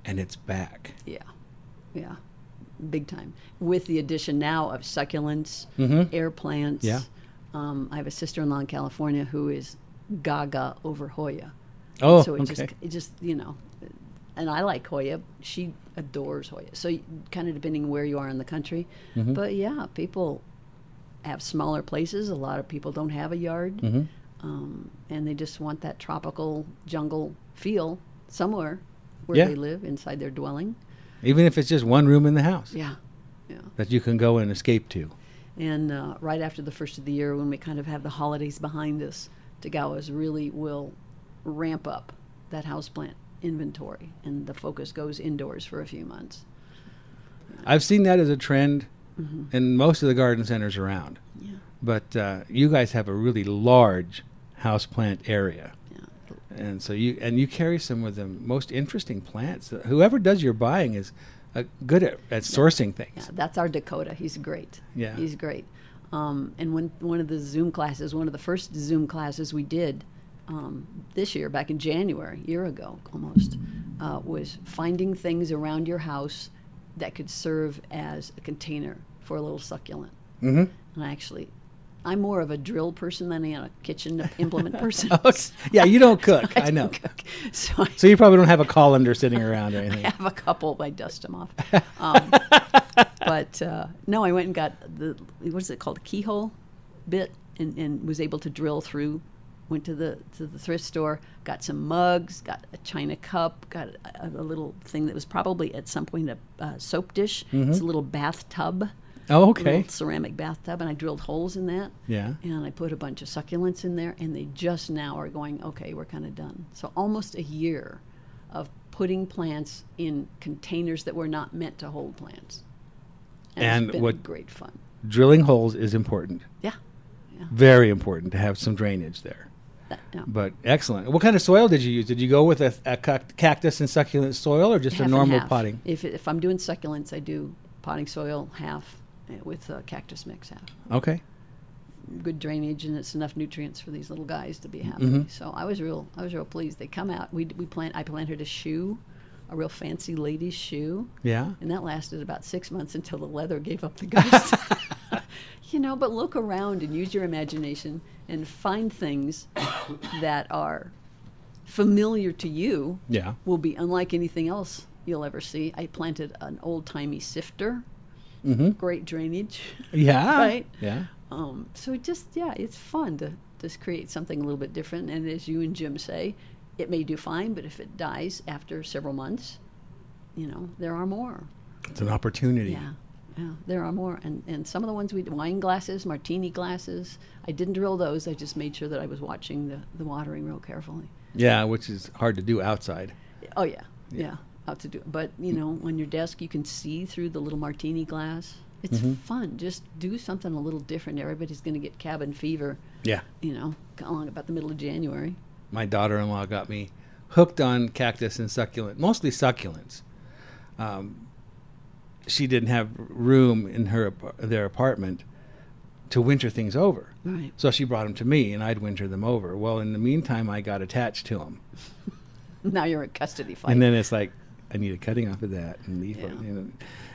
S2: and it's back.
S3: Yeah, yeah, big time. With the addition now of succulents, air plants.
S2: Mm-hmm. Yeah.
S3: Um, I have a sister-in-law in California who is gaga over Hoya.
S2: Oh,
S3: so it just
S2: okay.
S3: it just you know, and I like Hoya. She adores Hoya. So kind of depending where you are in the country,
S2: Mm-hmm.
S3: but yeah, people have smaller places. A lot of people don't have a yard,
S2: Mm-hmm.
S3: um, and they just want that tropical jungle feel somewhere where
S2: Yeah.
S3: they live inside their dwelling.
S2: Even if it's just one room in the house
S3: Yeah, yeah.
S2: that you can go and escape to.
S3: And uh, right after the first of the year, when we kind of have the holidays behind us, Tagawas really will ramp up that houseplant inventory, and the focus goes indoors for a few months.
S2: I've seen that as a trend in most of the garden centers around.
S3: Mm-hmm. Yeah.
S2: But uh, you guys have a really large houseplant area.
S3: Yeah.
S2: And so you and you carry some of the most interesting plants. Whoever does your buying is uh, good at, at sourcing
S3: Yeah,
S2: things.
S3: that's our Dakota. He's great.
S2: Yeah.
S3: he's great. Um, and when one of the Zoom classes, one of the first Zoom classes we did um, this year, back in January, a year ago almost, uh, was finding things around your house that could serve as a container for a little succulent. Mm-hmm. And I actually, I'm more of a drill person than I am a kitchen implement person.
S2: yeah, you don't cook. I, know.
S3: don't cook. So I
S2: So you probably don't have a colander sitting around or anything.
S3: have a couple. I dust them off. Um, but uh, no, I went and got the what is it called, a keyhole bit, and, and was able to drill through. Went to the to the thrift store, got some mugs, got a china cup, got a, a little thing that was probably at some point a uh, soap dish. It's a little bathtub.
S2: Oh, okay.
S3: Little ceramic bathtub, and I drilled holes in that.
S2: Yeah.
S3: And I put a bunch of succulents in there, and they just now are going, okay, we're kind of done. So almost a year of putting plants in containers that were not meant to hold plants.
S2: And
S3: it's been
S2: what-
S3: great fun.
S2: Drilling holes is important.
S3: Yeah.
S2: Very important to have some drainage there.
S3: That- yeah.
S2: But excellent. What kind of soil did you use? Did you go with a, a cac- cactus and succulent soil or just a
S3: Half and
S2: normal
S3: half.
S2: potting?
S3: If, if I'm doing succulents, I do potting soil half eh, with uh, cactus mix half.
S2: Okay.
S3: good drainage and it's enough nutrients for these little guys to be happy.
S2: Mm-hmm.
S3: So I was real, I was real pleased. They come out. We we plant. I planted a shoe, a real fancy lady's shoe.
S2: Yeah.
S3: And that lasted about six months until the leather gave up the ghost. you know, but look around and use your imagination and find things that are familiar to you.
S2: Yeah.
S3: Will be unlike anything else you'll ever see. I planted an old timey sifter.
S2: Mm-hmm.
S3: Great drainage.
S2: Yeah.
S3: Right?
S2: Yeah.
S3: Um, so it just, yeah, it's fun to just create something a little bit different. And as you and Jim say, it may do fine, but if it dies after several months, you know, there are more.
S2: It's an opportunity.
S3: Yeah, yeah, there are more. And, and some of the ones we wine glasses, martini glasses, I didn't drill those. I just made sure that I was watching the, the watering real carefully.
S2: Yeah, which is hard to do outside.
S3: Oh, yeah, yeah, out to do it. But, you know, on your desk, you can see through the little martini glass. It's fun. Just do something a little different. Everybody's going to get cabin fever.
S2: Yeah.
S3: you know, along about the middle of January.
S2: My daughter in law got me hooked on cactus and succulent, mostly succulents. Um, she didn't have room in her ap- their apartment to winter things over.
S3: Right.
S2: So she brought them to me and I'd winter them over. Well, in the meantime, I got attached to them.
S3: Now you're in custody fight.
S2: and then it's like I need a cutting off of that and leaf,
S3: Yeah.
S2: you know.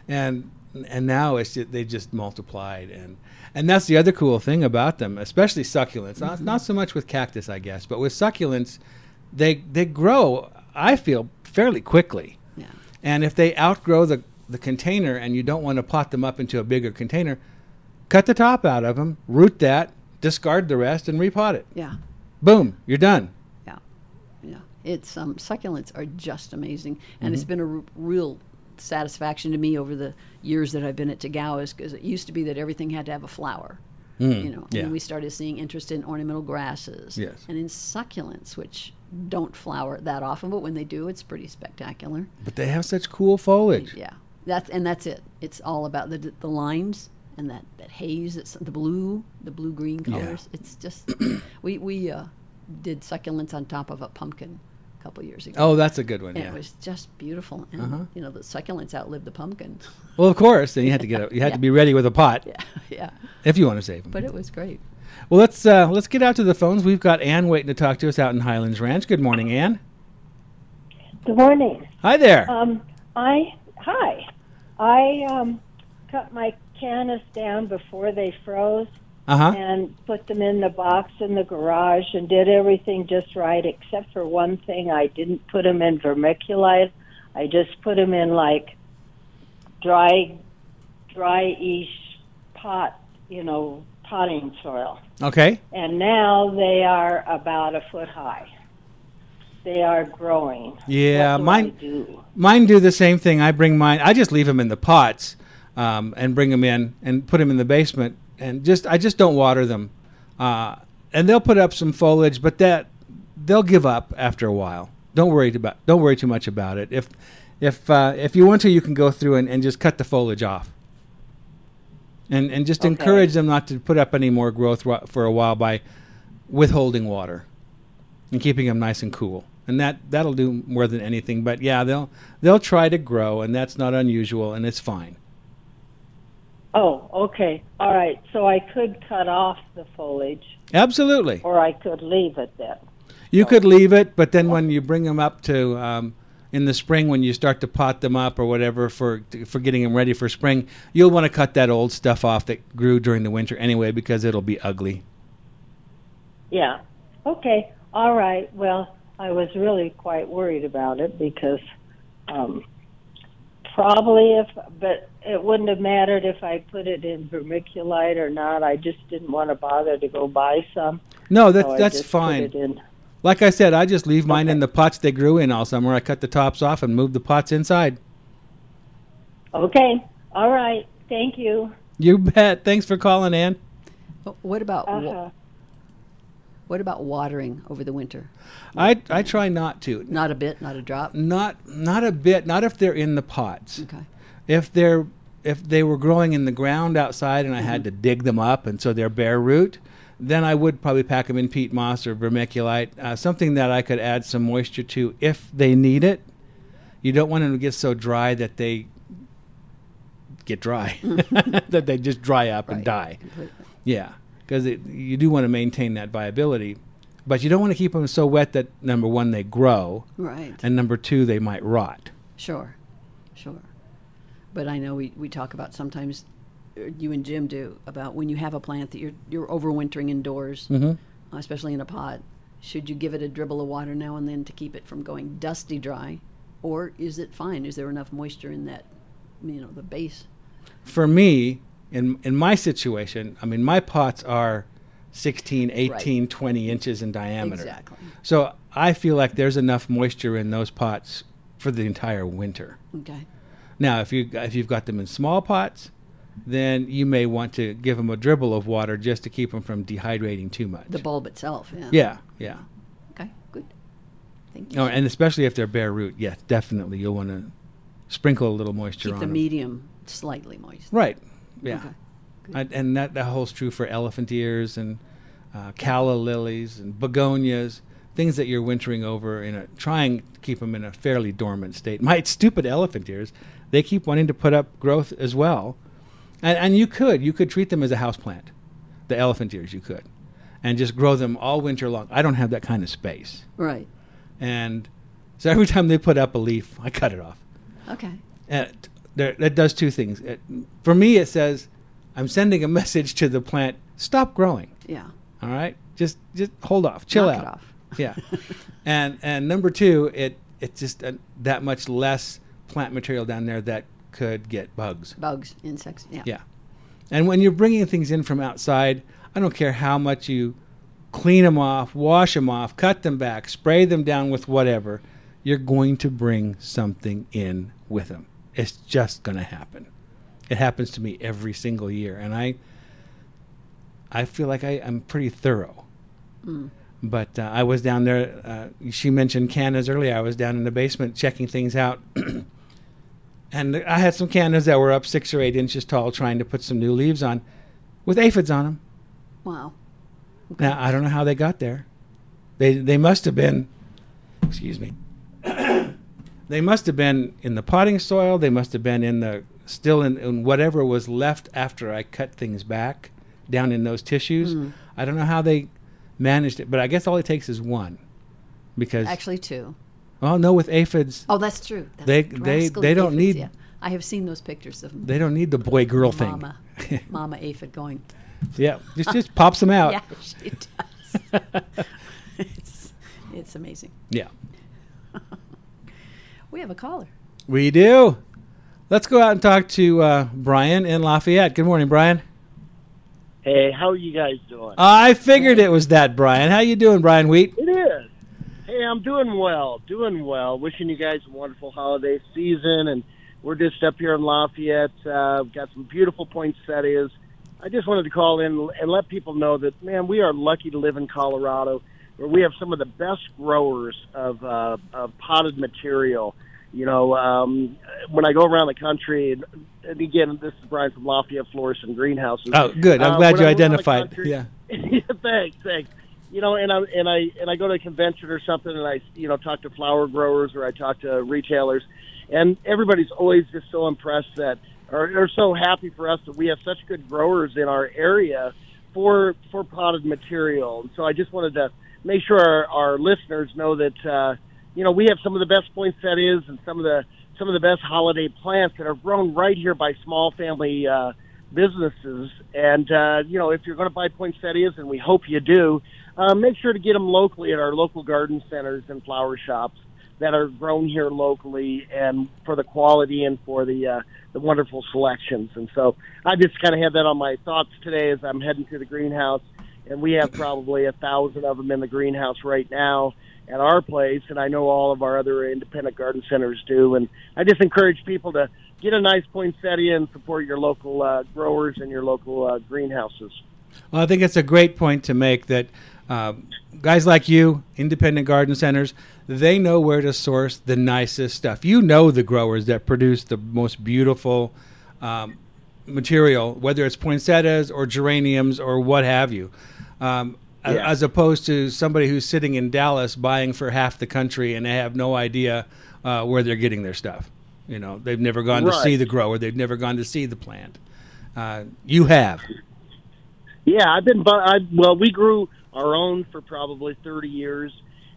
S2: and and now it's just, they just multiplied and and that's the other cool thing about them, especially succulents.
S3: Mm-hmm.
S2: Not not so much with cactus, I guess, but with succulents, they they grow. I feel fairly quickly,
S3: yeah.
S2: and if they outgrow the the container and you don't want to pot them up into a bigger container, cut the top out of them, root that, discard the rest, and repot it.
S3: Yeah.
S2: Boom, you're done.
S3: Yeah. Yeah. It's um, succulents are just amazing, and
S2: Mm-hmm.
S3: it's been a r- real satisfaction to me over the years that I've been at Tagawa's because it used to be that everything had to have a flower. you know, and
S2: Mm, yeah.
S3: then we started seeing interest in ornamental grasses
S2: Yes.
S3: and in succulents, which don't flower that often, but when they do, it's pretty spectacular.
S2: But they have such cool foliage.
S3: Yeah, that's and that's it. It's all about the the lines and that, that haze, it's the blue, the blue green colors. It's just, we, we uh, did succulents on top of a pumpkin a couple years ago.
S2: Oh, that's a good one.
S3: and
S2: yeah. Uh-huh.
S3: it was just beautiful. And, you know, the succulents outlived the pumpkin.
S2: well, of course. Then you had to get a, you had to be ready with a pot
S3: yeah.
S2: if you want to save them.
S3: But it was great.
S2: Well, let's uh, let's get out to the phones. We've got Ann waiting to talk to us out in Highlands Ranch. Good morning, Ann.
S8: Good morning.
S2: Hi there.
S8: Um, I hi. I um, cut my cannas down before they froze
S2: Uh huh.
S8: and put them in the box in the garage and did everything just right except for one thing. I didn't put them in vermiculite. I just put them in like dry, dry-ish pot, you know, potting soil
S2: Okay.
S8: and now they are about a foot high. They are growing.
S2: Yeah,
S8: What do
S2: mine-
S8: I do?
S2: Mine do the same thing. I bring mine. I just leave them in the pots, um, and bring them in and put them in the basement. And just I just don't water them, uh, and they'll put up some foliage, but that they'll give up after a while. Don't worry about don't worry too much about it. If if uh, if you want to, you can go through and, and just cut the foliage off, and and just encourage them not to put up any more growth wa- for a while by withholding water and keeping them nice and cool. And that that'll do more than anything. But yeah, they'll they'll try to grow, and that's not unusual, and it's fine.
S8: Oh, okay. All right. So I could cut off the foliage
S2: Absolutely,
S8: or I could leave it then.
S2: you could leave it, but then when you bring them up to um, in the spring, when you start to pot them up or whatever for for getting them ready for spring, you'll want to cut that old stuff off that grew during the winter anyway, because it'll be ugly.
S8: Yeah. Okay. All right. Well, I was really quite worried about it because um, probably if, but it wouldn't have mattered if I put it in vermiculite or not. I just didn't want to bother to go buy some.
S2: No, that's
S8: so Oh, I
S2: Oh, that's
S8: just
S2: fine.
S8: Put it in.
S2: Like I said, I just leave mine in the pots they grew in all summer. I cut the tops off and move the pots inside.
S8: Okay. All right. Thank you.
S2: You bet. Thanks for calling, Ann.
S3: But what about wa-
S8: Uh-huh.
S3: what about watering over the winter?
S2: I I try not to.
S3: Not a bit, not a drop.
S2: Not not a bit. Not if they're in the pots.
S3: Okay.
S2: If they're if they were growing in the ground outside and I
S3: Mm-hmm.
S2: had to dig them up and so they're bare root, then I would probably pack them in peat moss or vermiculite, uh, something that I could add some moisture to if they need it. You don't want them to get so dry that they get dry, that they just dry up and
S3: Mm-hmm. Right.
S2: die.
S3: Completely.
S2: Yeah, because you do want to maintain that viability, but you don't want to keep them so wet that number one they grow,
S3: Right.
S2: and number two they might rot.
S3: Sure, sure. But I know we, we talk about sometimes, uh, you and Jim do, about when you have a plant that you're, you're overwintering indoors, uh, especially in a pot, should you give it a dribble of water now and then to keep it from going dusty dry? Or is it fine? Is there enough moisture in that, you know, the base?
S2: For me, in in my situation, I mean my pots are 16, 18, 20 inches in diameter.
S3: Exactly.
S2: So I feel like there's enough moisture in those pots for the entire winter.
S3: Okay.
S2: Now, if you if you've got them in small pots, then you may want to give them a dribble of water just to keep them from dehydrating too much.
S3: The bulb itself, yeah.
S2: yeah, yeah.
S3: Okay, good. Thank you.
S2: Oh, and especially if they're bare root, yes, definitely you'll want to sprinkle a little moisture
S3: Keep
S2: on
S3: the
S2: them.
S3: medium slightly moist.
S2: Right. Yeah.
S3: Okay.
S2: I, and that that holds true for elephant ears and uh, calla lilies and begonias, things that you're wintering over in a trying to keep them in a fairly dormant state. My stupid elephant ears, they keep wanting to put up growth as well, and and you could you could treat them as a house plant, the elephant ears you could, and just grow them all winter long. I don't have that kind of space,
S3: Right.
S2: and so every time they put up a leaf, I cut it off.
S3: Okay.
S2: And it- there, that does two things. It, for me, it says, I'm sending a message to the plant: stop growing.
S3: Yeah.
S2: All right, just just hold off, chill
S3: Knock
S2: out.
S3: it off.
S2: Yeah, and and number two, it it's just uh that much less plant material down there that could get bugs.
S3: Bugs, insects, yeah.
S2: Yeah, and when you're bringing things in from outside, I don't care how much you clean them off, wash them off, cut them back, spray them down with whatever, you're going to bring something in with them. It's just going to happen. It happens to me every single year, and I I feel like I, I'm pretty thorough. But uh, I was down there. Uh, she mentioned cannas earlier. I was down in the basement checking things out. And I had some cannas that were up six or eight inches tall trying to put some new leaves on with aphids on them.
S3: Wow.
S2: Now, I don't know how they got there. They, they must have been, excuse me, they must have been in the potting soil. They must have been in the, still in, in whatever was left after I cut things back down in those tissues.
S3: Hmm.
S2: I don't know how they managed it, but I guess all it takes is one. Because,
S3: Actually, two.
S2: well, no, with aphids,
S3: Oh, that's true. That's
S2: They- they-
S3: rascally
S2: they don't
S3: aphids,
S2: need-
S3: yeah. I have seen those pictures of
S2: they don't need the boy girl thing.
S3: Mama, Mama aphid going.
S2: Yeah, just just pops them out.
S3: Yeah, she does. it's, it's amazing.
S2: Yeah.
S3: We have a caller.
S2: we do. Let's go out and talk to uh, Brian in Lafayette. Good morning, Brian.
S9: Hey, how are you guys doing?
S2: I figured it was that Brian. How you doing, Brian Wheat?
S9: it is. Hey, I'm doing well, doing well. Wishing you guys a wonderful holiday season, and we're just up here in Lafayette. Uh, we've got some beautiful poinsettias. I just wanted to call in and let people know that, man, we are lucky to live in Colorado, where we have some of the best growers of, uh, of potted material. You know, um, when I go around the country, and, and again, this is Brian from Lafayette Florist and Greenhouses.
S2: Oh, good. I'm
S9: Uh,
S2: glad
S9: when
S2: you
S9: I go around the
S2: identified.
S9: country-
S2: Yeah.
S9: yeah, thanks, thanks. You know, and I and I and I go to a convention or something, and I you know talk to flower growers or I talk to retailers, and everybody's always just so impressed that or, or so happy for us that we have such good growers in our area for for potted material. And so I just wanted to make sure our, our listeners know that uh, you know we have some of the best poinsettias and some of the some of the best holiday plants that are grown right here by small family uh, businesses. And uh, you know, if you're going to buy poinsettias, and we hope you do, uh, make sure to get them locally at our local garden centers and flower shops that are grown here locally, and for the quality and for the uh, the wonderful selections. And so, I just kind of had that on my thoughts today as I'm heading to the greenhouse. And we have probably a thousand of them in the greenhouse right now at our place, and I know all of our other independent garden centers do. And I just encourage people to get a nice poinsettia and support your local uh, growers and your local uh, greenhouses.
S2: Well, I think it's a great point to make that uh, guys like you, independent garden centers, they know where to source the nicest stuff. You know the growers that produce the most beautiful um, material, whether it's poinsettias or geraniums or what have you, um, a-
S9: Yeah.
S2: as opposed to somebody who's sitting in Dallas buying for half the country and they have no idea uh, where they're getting their stuff. You know, they've never gone to
S9: Right.
S2: see the grower, they've never gone to see the plant. Uh, you have.
S9: Yeah, I've been. bu- I, well, we grew our own for probably thirty years,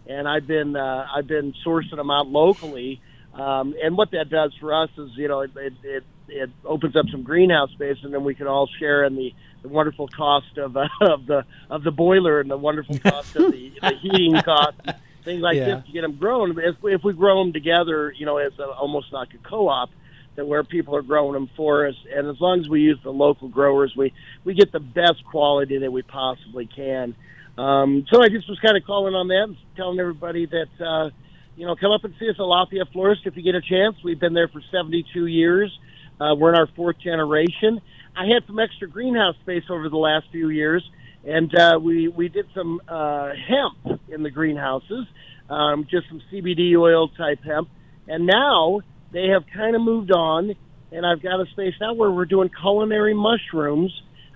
S9: and I've been uh, I've been sourcing them out locally. Um, and what that does for us is, you know, it it, it, it opens up some greenhouse space, and then we can all share in the, the wonderful cost of uh, of the of the boiler and the wonderful cost of the, the heating cost, things like
S2: Yeah.
S9: this to get them grown. If, if we grow them together, you know, it's a, almost like a co-op that where people are growing them for us. And as long as we use the local growers, we we get the best quality that we possibly can. Um, so I just was kind of calling on them, telling everybody that uh, you know come up and see us at Lafayette Florist if you get a chance. We've been there for 72 years. Uh, we're in our fourth generation. I had some extra greenhouse space over the last few years, and uh, we we did some uh, hemp in the greenhouses, um, just some CBD oil type hemp. And now they have kind of moved on, and I've got a space now where we're doing culinary mushrooms,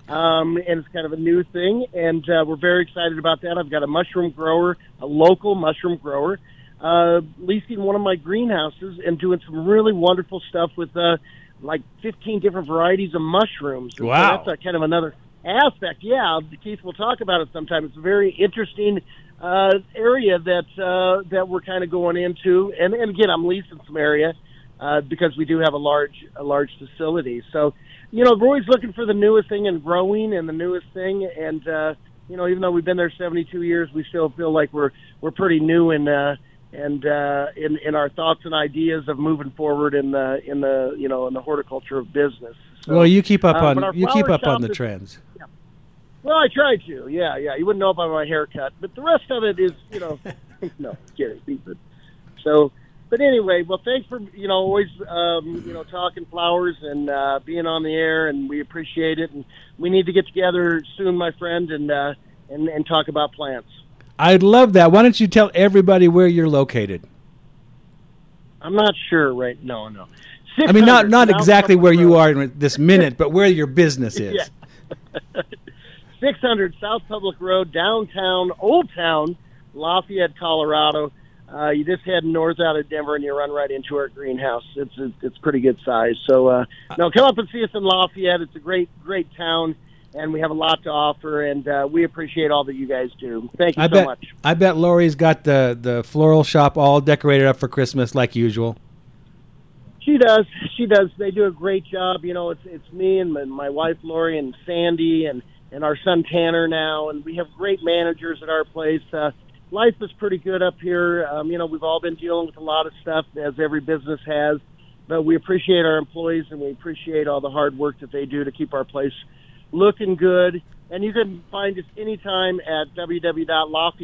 S9: um, and it's kind of a new thing, and uh, we're very excited about that. I've got a mushroom grower, a local mushroom grower, uh, leasing one of my greenhouses and doing some really wonderful stuff with uh, like 15 different varieties of mushrooms. And so
S2: Wow.
S9: that's a kind of another aspect. Yeah, Keith will talk about it sometime. It's a very interesting uh, area that uh, that we're kind of going into, and, and again, I'm leasing some area uh, because we do have a large a large facility. So, you know, we're always looking for the newest thing and growing and the newest thing. And uh, you know, even though we've been there 72 years, we still feel like we're we're pretty new and uh, and uh, in in our thoughts and ideas of moving forward in the in the you know in the horticulture of business. So,
S2: well, you keep up
S9: uh,
S2: on
S9: but our
S2: you keep
S9: flower
S2: up on
S9: shop
S2: the
S9: is-
S2: trends.
S9: Well, I tried to. Yeah, yeah. You wouldn't know by my haircut, but the rest of it is, you know, no kidding. But, so, but anyway, well, thanks for you know always um, you know talking flowers and uh, being on the air, and we appreciate it. And we need to get together soon, my friend, and uh, and and talk about plants.
S2: I'd love that. Why don't you tell everybody where you're located?
S9: I'm not sure right. No, no.
S2: I mean, not
S9: 600
S2: not
S9: now
S2: exactly
S9: south of
S2: where
S9: the
S2: you
S9: road.
S2: are in this minute, but where your business is.
S9: Yeah. 600 South Public Road, downtown, Old Town, Lafayette, Colorado. Uh, you just head north out of Denver and you run right into our greenhouse. It's it's, it's pretty good size. So uh, no, come up and see us in Lafayette. It's a great great town, and we have a lot to offer. And uh, we appreciate all that you guys do. Thank you
S2: I
S9: so
S2: bet
S9: much.
S2: I bet Lori's got the the floral shop all decorated up for Christmas like usual.
S9: She does. She does. They do a great job. You know, it's it's me and my, my wife Lori and Sandy and and our son Tanner now, and we have great managers at our place. Uh, life is pretty good up here. Um, you know, we've all been dealing with a lot of stuff as every business has, but we appreciate our employees and we appreciate all the hard work that they do to keep our place looking good. And you can find us anytime at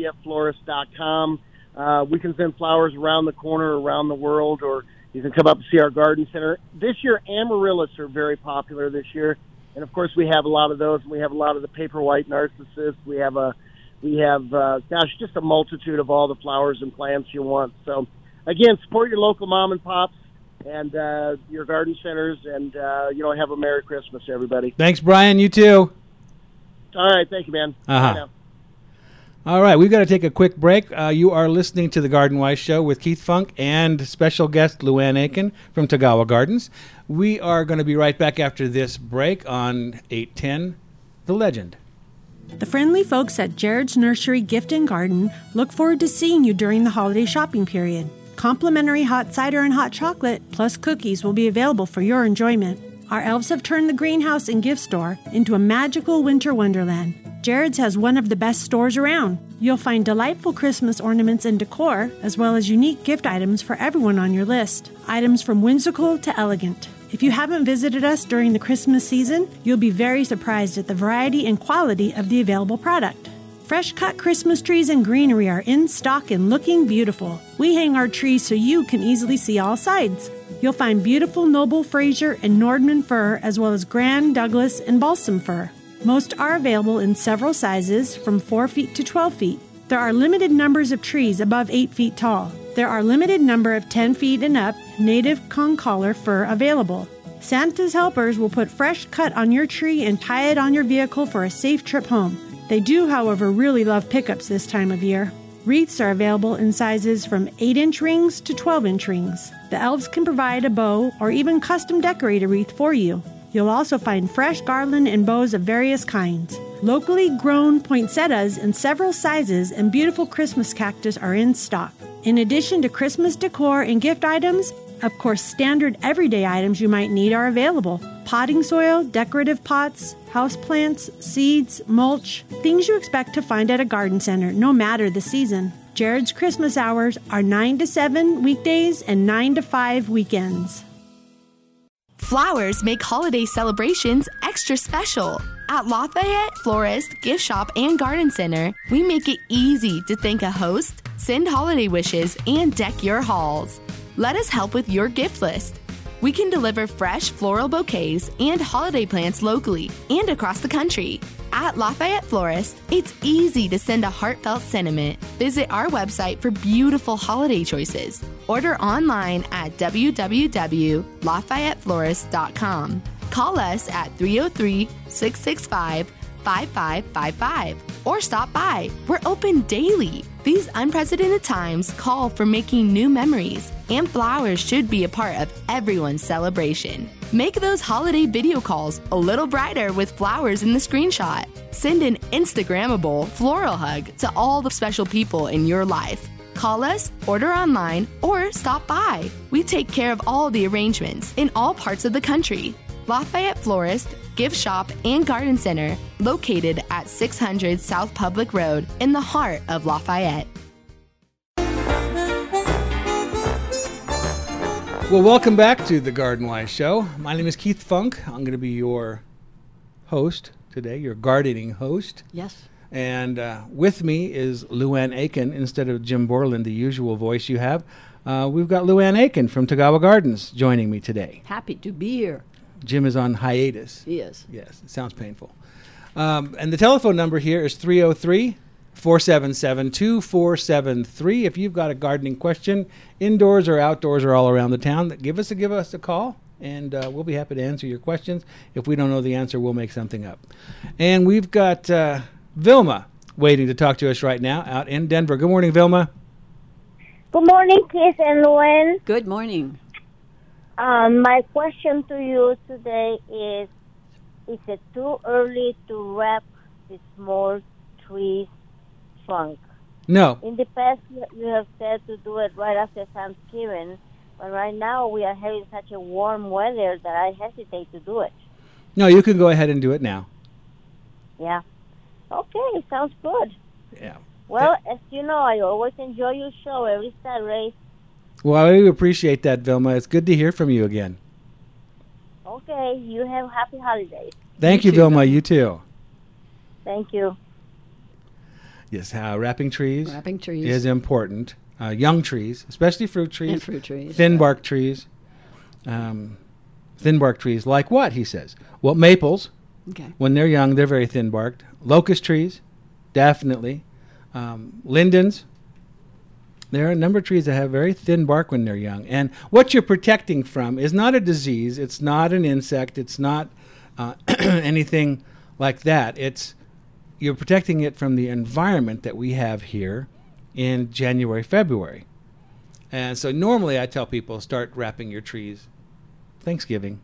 S9: www.lafayetteflorist.com. Uh, we can send flowers around the corner, around the world, or you can come up and see our garden center. This year, amaryllis are very popular this year, and of course, we have a lot of those. We have a lot of the paper white narcissus. We have a, we have uh, gosh, just a multitude of all the flowers and plants you want. So, again, support your local mom and pops and uh, your garden centers, and uh, you know, have a merry Christmas, everybody.
S2: Thanks, Brian. You too.
S9: All right, thank you, man. Bye
S2: Uh-huh.
S9: now.
S2: All right, we've got to take a quick break. Uh, you are listening to the Garden Wise Show with Keith Funk and special guest Luann Aiken from Tagawa Gardens. We are going to be right back after this break on eight ten, the legend.
S8: The friendly folks at Jared's Nursery Gift and Garden look forward to seeing you during the holiday shopping period. Complimentary hot cider and hot chocolate, plus cookies, will be available for your enjoyment. Our elves have turned the greenhouse and gift store into a magical winter wonderland. Jared's has one of the best stores around. You'll find delightful Christmas ornaments and decor, as well as unique gift items for everyone on your list. Items from whimsical to elegant. If you haven't visited us during the Christmas season, you'll be very surprised at the variety and quality of the available product. Fresh cut Christmas trees and greenery are in stock and looking beautiful. We hang our trees so you can easily see all sides. You'll find beautiful Noble Fraser and Nordman fir, as well as Grand Douglas and Balsam fir. Most are available in several sizes from 4 feet to 12 feet. There are limited numbers of trees above 8 feet tall. There are limited number of 10 feet and up native concolor fir available. Santa's helpers will put fresh cut on your tree and tie it on your vehicle for a safe trip home. They do, however, really love pickups this time of year. Wreaths are available in sizes from 8 inch rings to 12 inch rings. The elves can provide a bow or even custom decorate a wreath for you. You'll also find fresh garland and bows of various kinds. Locally grown poinsettias in several sizes and beautiful Christmas cactus are in stock. In addition to Christmas decor and gift items, of course, standard everyday items you might need are available potting soil, decorative pots, houseplants, seeds, mulch, things you expect to find at a garden center, no matter the season. Jared's Christmas hours are 9 to 7 weekdays and 9 to 5 weekends.
S10: Flowers make holiday celebrations extra special. At Lafayette Florist, Gift Shop, and Garden Center, we make it easy to thank a host, send holiday wishes, and deck your halls. Let us help with your gift list. We can deliver fresh floral bouquets and holiday plants locally and across the country. At Lafayette Florist, it's easy to send a heartfelt sentiment. Visit our website for beautiful holiday choices. Order online at www.lafayetteflorist.com. Call us at 303 665 5555 or stop by. We're open daily. These unprecedented times call for making new memories, and flowers should be a part of everyone's celebration. Make those holiday video calls a little brighter with flowers in the screenshot. Send an Instagrammable floral hug to all the special people in your life. Call us, order online, or stop by. We take care of all the arrangements in all parts of the country. Lafayette Florist, Gift Shop, and Garden Center, located at 600 South Public Road in the heart of Lafayette.
S2: Well, welcome back to the Garden Wise Show. My name is Keith Funk. I'm going to be your host today, your gardening host.
S3: Yes.
S2: And uh, with me is Luann Aiken instead of Jim Borland, the usual voice you have. Uh, we've got Luann Aiken from Tagawa Gardens joining me today.
S3: Happy to be here.
S2: Jim is on hiatus.
S3: He is.
S2: Yes, it sounds painful. Um, and the telephone number here is 303 477 2473. If you've got a gardening question, indoors or outdoors or all around the town, that give us a give us a call and uh, we'll be happy to answer your questions. If we don't know the answer, we'll make something up. And we've got uh, Vilma waiting to talk to us right now out in Denver. Good morning, Vilma.
S11: Good morning, Keith and Lynn.
S3: Good morning.
S11: Um, my question to you today is: Is it too early to wrap the small trees trunk?
S2: No.
S11: In the past, you you have said to do it right after Thanksgiving, but right now we are having such a warm weather that I hesitate to do it.
S2: No, you can go ahead and do it now.
S11: Yeah. Okay, sounds good.
S2: Yeah.
S11: Well, as you know, I always enjoy your show every Saturday.
S2: Well, I do appreciate that, Vilma. It's good to hear from you again.
S11: Okay, you have happy holidays.
S2: Thank you, Vilma. You too.
S11: Thank you.
S2: Yes, uh, wrapping trees.
S3: Wrapping trees.
S2: is important. Uh, young trees, especially fruit trees,
S3: And fruit trees,
S2: thin
S3: yeah.
S2: bark trees, um, thin bark trees like what he says. Well, maples.
S3: Okay.
S2: When they're young, they're very thin barked. Locust trees, definitely. Um, lindens. There are a number of trees that have very thin bark when they're young. And what you're protecting from is not a disease, it's not an insect, it's not uh, anything like that. It's you're protecting it from the environment that we have here in January, February. And so normally I tell people start wrapping your trees Thanksgiving.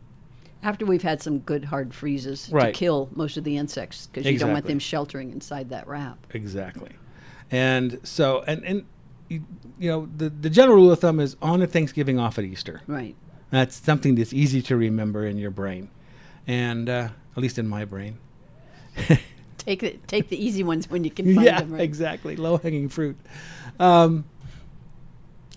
S3: After we've had some good hard freezes
S2: Right.
S3: to kill most of the insects because you don't want
S2: Exactly.
S3: them sheltering inside that wrap.
S2: Exactly. And so, and, and you, you know, the, the general rule of thumb is on a Thanksgiving off at Easter.
S3: Right.
S2: That's something that's easy to remember in your brain. And uh, at least in my brain.
S3: Take the, take the easy ones when you can find
S2: yeah,
S3: them. Right?
S2: exactly. Low hanging fruit. Um,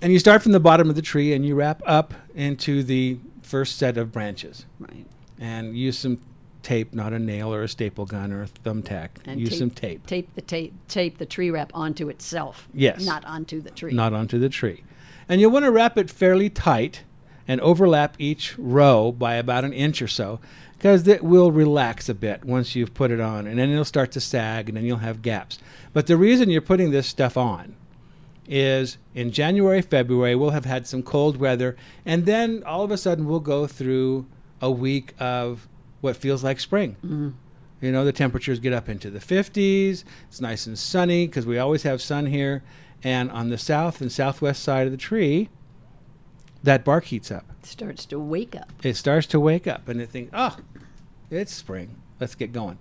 S2: and you start from the bottom of the tree and you wrap up into the first set of branches.
S3: Right.
S2: And use some tape, not a nail or a staple gun or a thumbtack. use some tape.
S3: Tape the tape tape the tree wrap onto itself.
S2: Yes.
S3: Not onto the tree.
S2: not onto the tree. And you'll want to wrap it fairly tight and overlap each row by about an inch or so because it will relax a bit once you've put it on and then it'll start to sag and then you'll have gaps. But the reason you're putting this stuff on is in January, February, we'll have had some cold weather and then all of a sudden we'll go through a week of what feels like spring. You know, the temperatures get up into the 50s. It's nice and sunny because we always have sun here. And on the south and southwest side of the tree, that bark heats up.
S3: Starts to wake up.
S2: It starts to wake up and it thinks, oh, it's spring. Let's get going.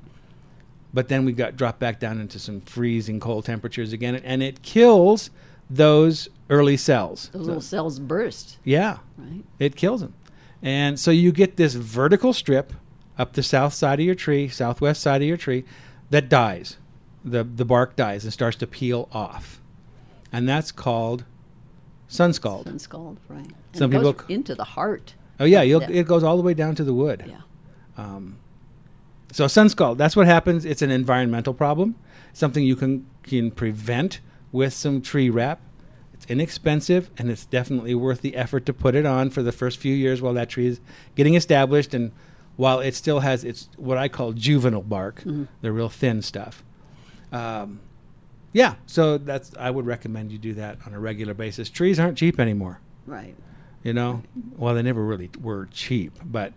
S2: But then we got dropped back down into some freezing cold temperatures again. And it kills those early cells.
S3: Those little cells burst.
S2: Yeah.
S3: Right.
S2: It kills them. And so you get this vertical strip up the south side of your tree, southwest side of your tree, that dies. The, the bark dies and starts to peel off. And that's called sun scald.
S3: Sun scald. Right. And
S2: Some
S3: it
S2: people
S3: goes
S2: c-
S3: into the heart.
S2: Oh, yeah, you'll,
S3: Yeah.
S2: it goes all the way down to the wood.
S3: Yeah.
S2: Um, so sun scald, that's what happens. It's an environmental problem, something you can, can prevent with some tree wrap. It's inexpensive and it's definitely worth the effort to put it on for the first few years while that tree is getting established and while it still has its what I call juvenile bark,
S12: Mhm.
S2: the real thin stuff. Um, yeah, so that's I would recommend you do that on a regular basis. Trees aren't cheap anymore
S3: Right.
S2: you know well they never really were cheap but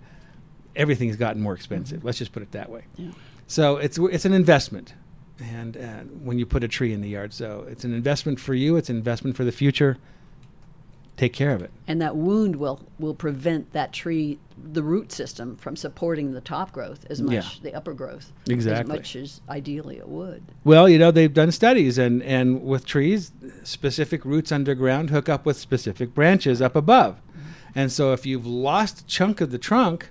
S2: everything's gotten more expensive let's just put it that way
S3: Yeah.
S2: so it's it's an investment and uh, when you put a tree in the yard so it's an investment for you it's an investment for the future take care of it
S3: And that wound will will prevent that tree the root system from supporting the top growth as much
S2: Yeah.
S3: the upper growth.
S2: Exactly.
S3: As much as ideally it would.
S2: well you know they've done studies and and with trees specific roots underground hook up with specific branches up above and so if you've lost a chunk of the trunk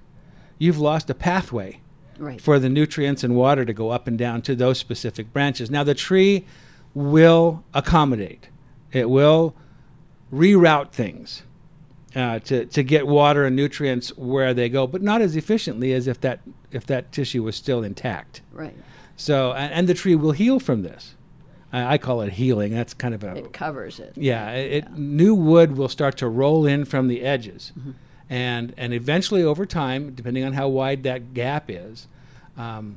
S2: you've lost a pathway
S3: Right.
S2: for the nutrients and water to go up and down to those specific branches. Now, the tree will accommodate, it will reroute things uh, to, to get water and nutrients where they go, but not as efficiently as if that, if that tissue was still intact.
S3: Right.
S2: So, and, and the tree will heal from this. I, I call it healing. That's kind of a
S3: It covers it.
S2: yeah, it, it- new wood will start to roll in from the edges,
S3: Mhm.
S2: and and eventually over time, depending on how wide that gap is, um,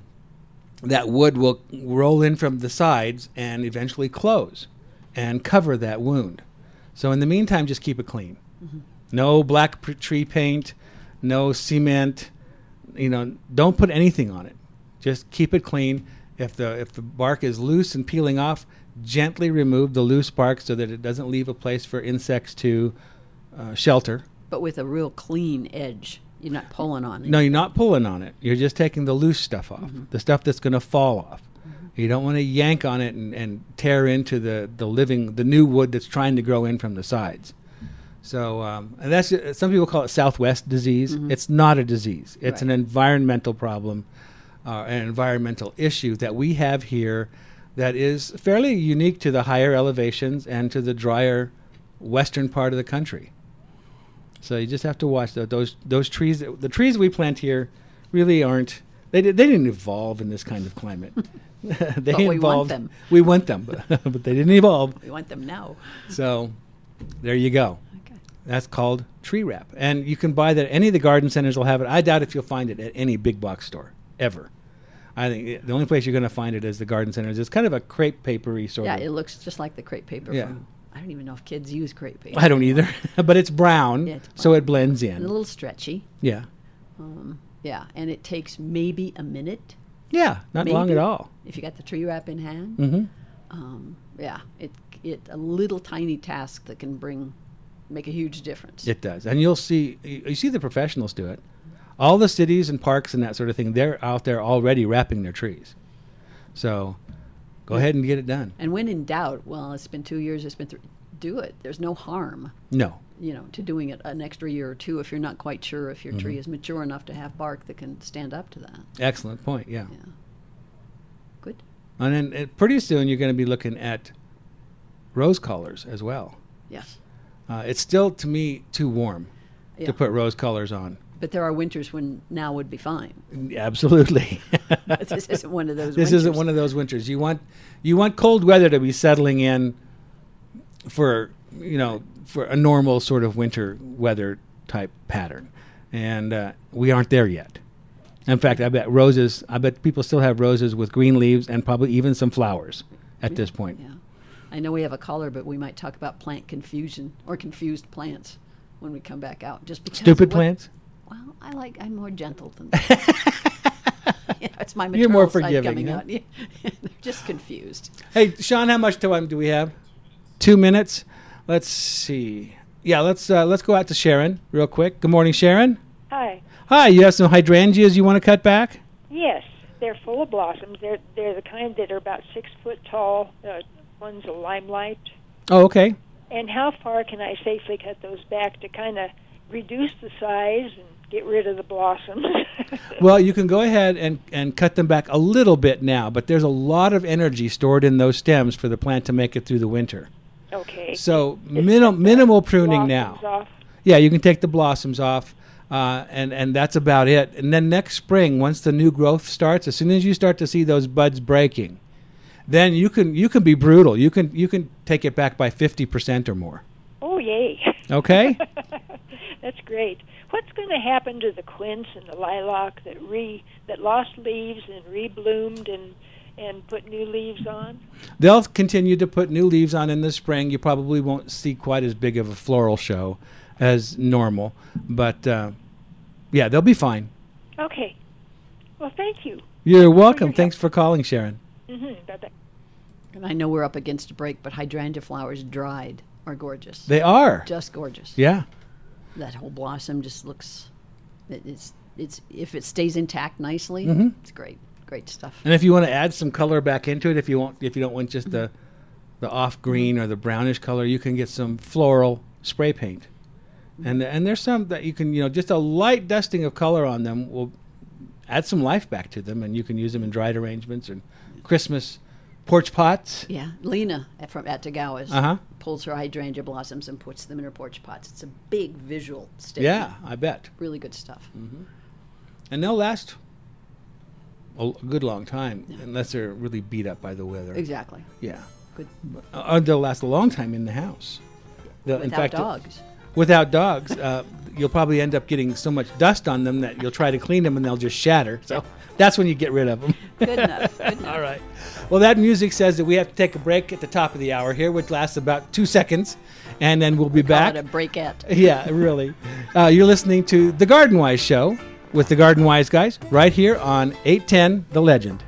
S2: that wood will roll in from the sides and eventually close and cover that wound. So in the meantime, just keep it clean.
S6: Mhm.
S2: No black pr- tree paint, no cement. You know, don't put anything on it. Just keep it clean. If the if the bark is loose and peeling off, gently remove the loose bark so that it doesn't leave a place for insects to uh, shelter.
S3: but with a real clean edge. You're not pulling on it.
S2: No, you're not pulling on it. You're just taking the loose stuff off, the stuff that's going to fall off. You don't want to yank on it and, and tear into the, the living, the new wood that's trying to grow in from the sides. So, um, and that's some people call it Southwest disease.
S12: Mhm.
S2: It's not a disease. It's
S12: Right.
S2: an environmental problem, uh, an environmental issue that we have here, that is fairly unique to the higher elevations and to the drier western part of the country. So you just have to watch tho- those those trees. that- The trees we plant here really aren't. They di- they didn't evolve in this kind of climate. they
S3: But we want
S2: evolved.
S3: them.
S2: We want them, but, but they didn't evolve.
S3: We want them now.
S2: So there you go. That's called tree wrap, and you can buy that. Any of the garden centers will have it. I doubt if you'll find it at any big box store ever. I think it- the only place you're going to find it is the garden centers. It's kind of a crepe papery sort
S3: yeah,
S2: of.
S3: it looks just like the crepe paper.
S2: Yeah.
S3: From, I don't even know if kids use crepe paper.
S2: I don't either, but it's brown,
S3: Yeah, it's
S2: so it blends in.
S3: And a little stretchy.
S2: yeah,
S3: Um, yeah, and it takes maybe a minute.
S2: yeah, not long at
S3: maybe,
S2: all.
S3: If you got the tree wrap in hand.
S2: hmm
S3: Um, yeah, it it a little tiny task that can bring make a huge difference.
S2: It does, and you'll see. You you see the professionals do it. All the cities and parks and that sort of thing. They're out there already wrapping their trees. So, go ahead and get it done.
S3: And when in doubt, well, it's been two years. It's been three. Do it. There's no harm.
S2: No.
S3: You know, to doing it an extra year or two if you're not quite sure if your tree
S2: Mhm.
S3: is mature enough to have bark that can stand up to that.
S2: Excellent point. Yeah.
S3: Good.
S2: And then uh, pretty soon you're going to be looking at rose colors as well.
S3: Yes.
S2: Uh, it's still to me too warm
S3: Yeah.
S2: to put rose colors on.
S3: But there are winters when now would be fine.
S2: Absolutely.
S3: this isn't one of those.
S2: this isn't
S3: winters.
S2: one of those winters. You want you want cold weather to be settling in for you know for a normal sort of winter weather type pattern, and uh, we aren't there yet. In fact, I bet roses. I bet people still have roses with green leaves and probably even some flowers at this point.
S3: Yeah. I know we have a caller, but we might talk about plant confusion or confused plants when we come back out. Just because
S2: Stupid
S3: what-
S2: plants?
S3: Well, I like I'm more gentle than that. yeah, it's my
S2: You're more
S3: maternal side
S2: forgiving,
S3: coming
S2: huh?
S3: out. Yeah. They're just confused.
S2: Hey, Sean, how much time do we have? Two minutes. Let's see. Yeah, let's uh, let's go out to Sharon real quick. Good morning, Sharon.
S13: Hi.
S2: Hi, you have some hydrangeas you want to cut back?
S13: Yes, they're full of blossoms. They're they're the kind that are about six foot tall. Uh, one's a limelight.
S2: Oh, okay.
S13: And how far can I safely cut those back to kind of reduce the size and get rid of the blossoms?
S2: Well, you can go ahead and, and cut them back a little bit now, but there's a lot of energy stored in those stems for the plant to make it through the winter.
S13: okay.
S2: So minimal minimal pruning now.
S13: Blossoms off.
S2: Yeah, you can take the blossoms off, uh, and and that's about it. And then next spring, once the new growth starts, as soon as you start to see those buds breaking, then you can you can be brutal. You can you can take it back by fifty percent or more.
S13: Oh yay!
S2: Okay.
S13: That's great. What's going to happen to the quince and the lilac that re that lost leaves and rebloomed and and put new leaves on?
S2: They'll continue to put new leaves on in the spring. You probably won't see quite as big of a floral show as normal, but uh, yeah, they'll be fine.
S13: Okay. Well, thank you.
S2: You're welcome. Thanks for calling, Sharon.
S13: Mm-hmm. Bye bye.
S3: And I know we're up against a break, but hydrangea flowers dried are gorgeous.
S2: They are.
S3: just gorgeous.
S2: Yeah.
S3: that whole blossom just looks. It, it's it's if it stays intact nicely,
S2: Mhm.
S3: it's great, great stuff.
S2: And if you want to add some color back into it, if you want, if you don't want just the the off green or the brownish color, you can get some floral spray paint. And and there's some that you can you know just a light dusting of color on them will add some life back to them, and you can use them in dried arrangements and Christmas porch pots.
S3: Yeah, Lena at, from at Tagawa's
S2: Uh-huh.
S3: pulls her hydrangea blossoms and puts them in her porch pots. It's a big visual statement.
S2: Yeah, I bet.
S3: really good stuff. Mm-hmm.
S2: And they'll last a l- good long time unless they're really beat up by the weather.
S3: Exactly.
S2: Yeah.
S3: Good.
S2: Uh, they'll last a long time in the house. They'll-
S3: Without dogs.
S2: without dogs, uh, you'll probably end up getting so much dust on them that you'll try to clean them and they'll just shatter. So that's when you get rid of them.
S3: Good enough. Good enough.
S2: All right. Well, that music says that we have to take a break at the top of the hour here, which lasts about two seconds, and then we'll be back.
S3: Call it a breakout.
S2: Yeah, really. Uh, you're listening to The Garden Wise Show with The Garden Wise Guys right here on 810 The Legend.